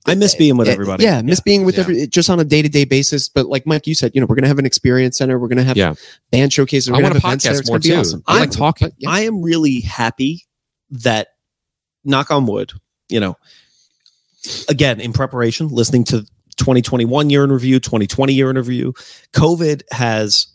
Speaker 1: I miss being with
Speaker 5: Eh,
Speaker 1: everybody.
Speaker 5: Yeah, miss being with
Speaker 2: Yeah.
Speaker 5: every just on a day to day basis. But like Mike, you said, you know, we're gonna have an experience center. We're gonna have
Speaker 2: Yeah.
Speaker 5: band showcases. We're
Speaker 2: I
Speaker 5: gonna
Speaker 2: want a
Speaker 5: have events there.
Speaker 2: podcast
Speaker 5: It's
Speaker 2: more
Speaker 5: gonna be
Speaker 2: too.
Speaker 5: awesome.
Speaker 2: I like
Speaker 5: Yeah.
Speaker 2: talking.
Speaker 5: But, yeah.
Speaker 1: I am really happy that knock on wood, you know, again, in preparation, listening to 2021 year in review, 2020 year in review, COVID has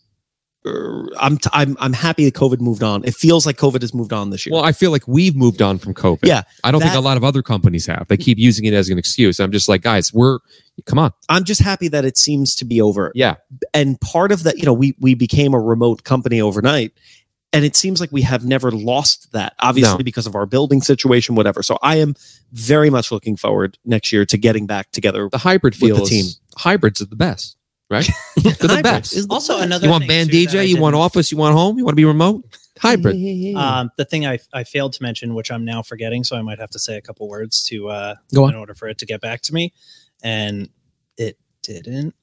Speaker 1: er, I'm t- I'm I'm happy that COVID moved on. It feels like COVID has moved on this year.
Speaker 2: Well, I feel like we've moved on from COVID.
Speaker 1: Yeah,
Speaker 2: I don't think
Speaker 1: that-
Speaker 2: a lot of other companies have. They keep using it as an excuse. I'm just like, guys, we're come on.
Speaker 1: I'm just happy that it seems to be over.
Speaker 2: Yeah.
Speaker 1: And part of that, you know, we we became a remote company overnight. And it seems like we have never lost that, obviously,
Speaker 2: No.
Speaker 1: because of our building situation, whatever. So I am very much looking forward next year to getting back together.
Speaker 2: The hybrid
Speaker 1: With the
Speaker 2: feels
Speaker 1: team.
Speaker 2: hybrids are the best, right? They're the
Speaker 1: Hybrid
Speaker 2: best.
Speaker 1: is the
Speaker 3: also
Speaker 1: best.
Speaker 3: another.
Speaker 2: You want
Speaker 3: thing,
Speaker 2: band
Speaker 3: too, that I
Speaker 2: DJ, you want
Speaker 3: didn't-
Speaker 2: office, you want home, you want to be remote. Hybrid.
Speaker 3: Um, the thing I, I failed to mention, which I'm now forgetting, so I might have to say a couple words to uh,
Speaker 1: Go on.
Speaker 3: in order for it to get back to me, and it didn't.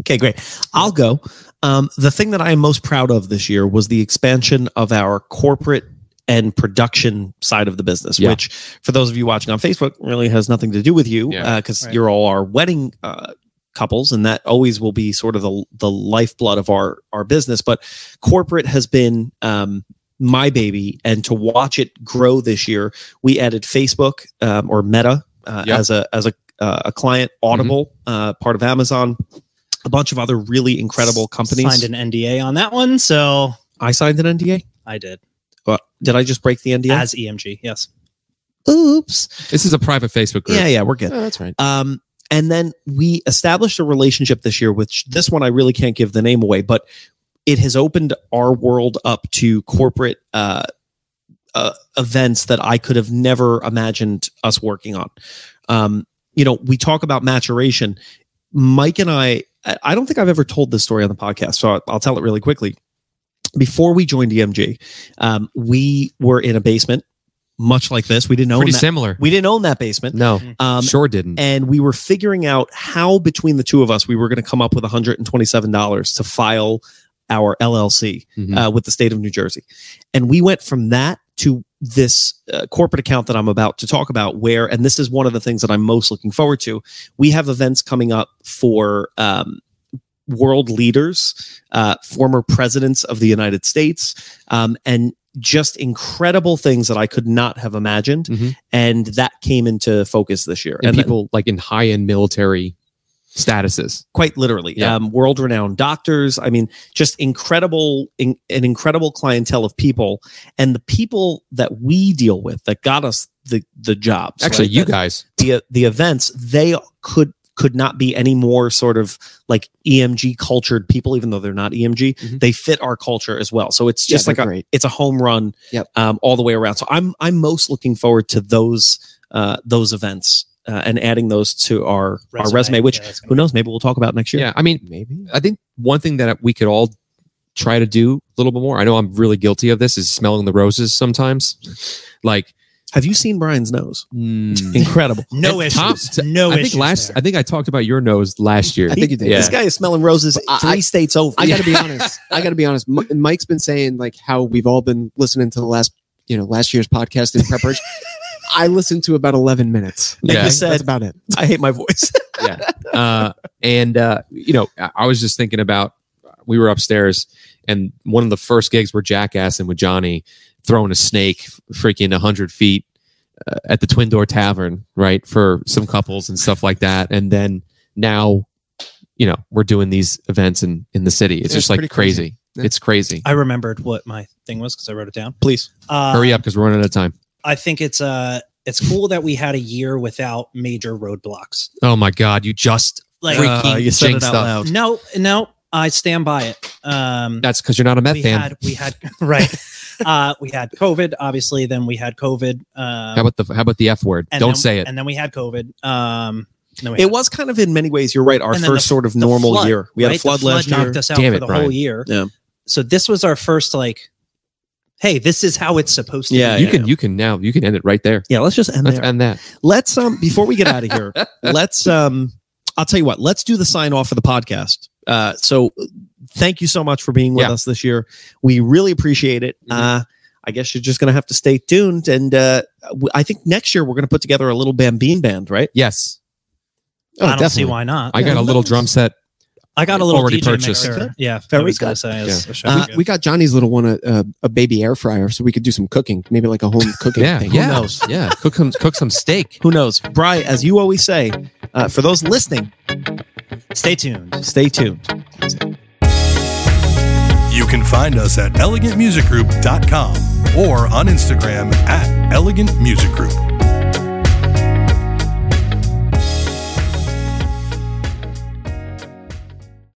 Speaker 1: Okay, great. I'll go. Um, the thing that I am most proud of this year was the expansion of our corporate and production side of the business,
Speaker 2: Yeah.
Speaker 1: which for those of you watching on Facebook really has nothing to do with you because
Speaker 2: Yeah.
Speaker 3: Right.
Speaker 1: you're all our wedding uh, couples, and that always will be sort of the the lifeblood of our our business. But corporate has been um, my baby, and to watch it grow this year, we added Facebook um, or Meta uh,
Speaker 2: Yeah. Mm-hmm.
Speaker 1: as a as a uh, a client, Audible, uh, part of Amazon, a bunch of other really incredible companies.
Speaker 3: Signed an NDA on that one, so
Speaker 1: I signed an NDA.
Speaker 3: I did
Speaker 1: Well, did I just break the NDA?
Speaker 3: as EMG. Yes,
Speaker 1: Oops.
Speaker 2: This is a private Facebook group.
Speaker 1: Yeah, yeah, we're good.
Speaker 2: Oh, that's right.
Speaker 1: Um, and then we established a relationship this year, which this one I really can't give the name away, but it has opened our world up to corporate uh, uh, events that I could have never imagined us working on. Um, you know, we talk about maturation. Mike and I, I I don't think I've ever told this story on the podcast, so I'll, I'll tell it really quickly. Before we joined EMG, um, we were in a basement, much like this. We didn't own
Speaker 2: Pretty
Speaker 1: that.
Speaker 2: similar.
Speaker 1: We didn't own that basement.
Speaker 2: no,
Speaker 1: Um,
Speaker 2: sure didn't.
Speaker 1: and we were figuring out how between the two of us we were going to come up with $127 to file our LLC
Speaker 2: Mhm.
Speaker 1: uh, with the state of New Jersey. And we went from that to this uh, corporate account that I'm about to talk about, where, and this is one of the things that I'm most looking forward to. We have events coming up for um, world leaders, uh, former presidents of the United States, um, and just incredible things that I could not have imagined.
Speaker 2: Mhm.
Speaker 1: And that came into focus this year.
Speaker 2: and
Speaker 1: And-
Speaker 2: people like in high end military statuses.
Speaker 1: quite literally
Speaker 2: Yeah.
Speaker 1: um, world renowned doctors i mean just incredible in, an incredible clientele of people and the people that we deal with that got us the the jobs
Speaker 2: Actually,
Speaker 1: right,
Speaker 2: you
Speaker 1: that-
Speaker 2: guys.
Speaker 1: the the events they could could not be any more sort of like EMG cultured people, even though they're not EMG.
Speaker 2: Mhm.
Speaker 1: They fit our culture as well. So it's
Speaker 5: Yeah,
Speaker 1: just
Speaker 5: they're
Speaker 1: like a,
Speaker 5: great.
Speaker 1: it's a home run
Speaker 5: Yep.
Speaker 1: um, all the way around. So I'm I'm most looking forward to those uh, those events uh, and adding those to our our resume, which
Speaker 3: yeah, that's gonna
Speaker 1: who knows, maybe we'll talk about next year.
Speaker 2: Yeah, I mean,
Speaker 5: Maybe.
Speaker 2: I think one thing that we could all try to do a little bit more. I know I'm really guilty of this is smelling the roses sometimes. Like
Speaker 1: Have you seen Brian's nose?
Speaker 2: mm,
Speaker 1: Incredible.
Speaker 3: be- no
Speaker 2: and
Speaker 3: issues.
Speaker 2: Tom-
Speaker 3: no
Speaker 2: I think
Speaker 3: issues.
Speaker 2: last
Speaker 3: there.
Speaker 2: I think I talked about your nose last year.
Speaker 5: I think you did.
Speaker 2: Yeah.
Speaker 1: This guy is smelling roses three
Speaker 5: I- I-
Speaker 1: states over.
Speaker 5: I gotta be honest. I gotta be honest. M- Mike's been saying like how we've all been listening to the last, you know, last year's podcast in preparation. I listened to about eleven minutes.
Speaker 2: Yeah.
Speaker 5: Okay?
Speaker 1: Just said-
Speaker 5: that's about it.
Speaker 1: I hate my voice.
Speaker 2: uh, and uh, you know, I I was just thinking about uh, we were upstairs, and one of the first gigs were jackassing with Johnny throwing a snake freaking hundred feet uh, at the Twin Door Tavern, right, for some couples and stuff like that. And then now, you know, we're doing these events in in the city. It's,
Speaker 5: It's
Speaker 2: just like
Speaker 5: pretty
Speaker 2: crazy.
Speaker 5: crazy. Yeah.
Speaker 2: It's crazy.
Speaker 3: I remembered what my thing was because I wrote it down.
Speaker 1: Please.
Speaker 3: Uh,
Speaker 2: Hurry up because we're running out of time.
Speaker 3: I think it's uh it's cool that we had a year without major roadblocks.
Speaker 2: Oh my God! You just
Speaker 3: Like
Speaker 2: Freaking
Speaker 1: you said it
Speaker 2: jinxed
Speaker 1: out
Speaker 2: up.
Speaker 1: loud.
Speaker 3: no, no, I stand by it. Um,
Speaker 2: that's because you're not a meth
Speaker 3: we
Speaker 2: fan.
Speaker 3: had we had right. uh, we had COVID, obviously. Then we had COVID. Um,
Speaker 2: how about the how about the f word?
Speaker 3: and
Speaker 2: Don't
Speaker 3: then-
Speaker 2: say it.
Speaker 3: And then we had COVID. Um, and then we
Speaker 1: It
Speaker 3: had
Speaker 1: was kind of in many ways, you're right, our
Speaker 3: And
Speaker 1: first
Speaker 3: then the-
Speaker 1: sort of
Speaker 3: the
Speaker 1: normal
Speaker 3: flood,
Speaker 1: year. We had
Speaker 3: right?
Speaker 1: a flood,
Speaker 3: the flood
Speaker 1: last
Speaker 3: knocked
Speaker 1: year.
Speaker 3: us out
Speaker 2: Damn
Speaker 3: for
Speaker 2: it,
Speaker 3: the
Speaker 2: Brian.
Speaker 3: whole year.
Speaker 1: Yeah.
Speaker 3: So this was our first like, hey, this is how it's supposed to
Speaker 1: Yeah,
Speaker 3: be.
Speaker 2: you can you can now you can end it right there.
Speaker 1: Yeah, let's just end
Speaker 2: Let's
Speaker 1: there.
Speaker 2: end that.
Speaker 1: Let's um before we get out of here, let's um I'll tell you what, let's do the sign off for the podcast. Uh so thank you so much for being with
Speaker 2: Yeah.
Speaker 1: us this year. We really appreciate it.
Speaker 3: Mm-hmm.
Speaker 2: Mhm.
Speaker 1: Uh I guess you're just going to have to stay tuned and uh w- I think next year we're going to put together a little bambine band, right?
Speaker 2: Yes,
Speaker 5: Oh,
Speaker 3: I don't
Speaker 5: definitely.
Speaker 3: see why not.
Speaker 2: I got a little drum set.
Speaker 3: I got a little
Speaker 2: Already
Speaker 3: DJ
Speaker 2: purchased.
Speaker 3: mixer. Yeah,
Speaker 1: Very
Speaker 3: I was gonna
Speaker 1: good.
Speaker 3: say. it's- it's
Speaker 1: Uh,
Speaker 5: we got Johnny's little one a, a, a baby air fryer, so we could do some cooking, maybe like a home cooking
Speaker 2: Yeah,
Speaker 5: thing.
Speaker 2: yeah,
Speaker 1: Who knows?
Speaker 2: yeah. Cook some cook some steak.
Speaker 1: Who knows? Bry, as you always say, uh, for those listening,
Speaker 3: Stay tuned.
Speaker 1: stay tuned.
Speaker 4: You can find us at elegantmusicgroup.com or on Instagram at elegantmusicgroup.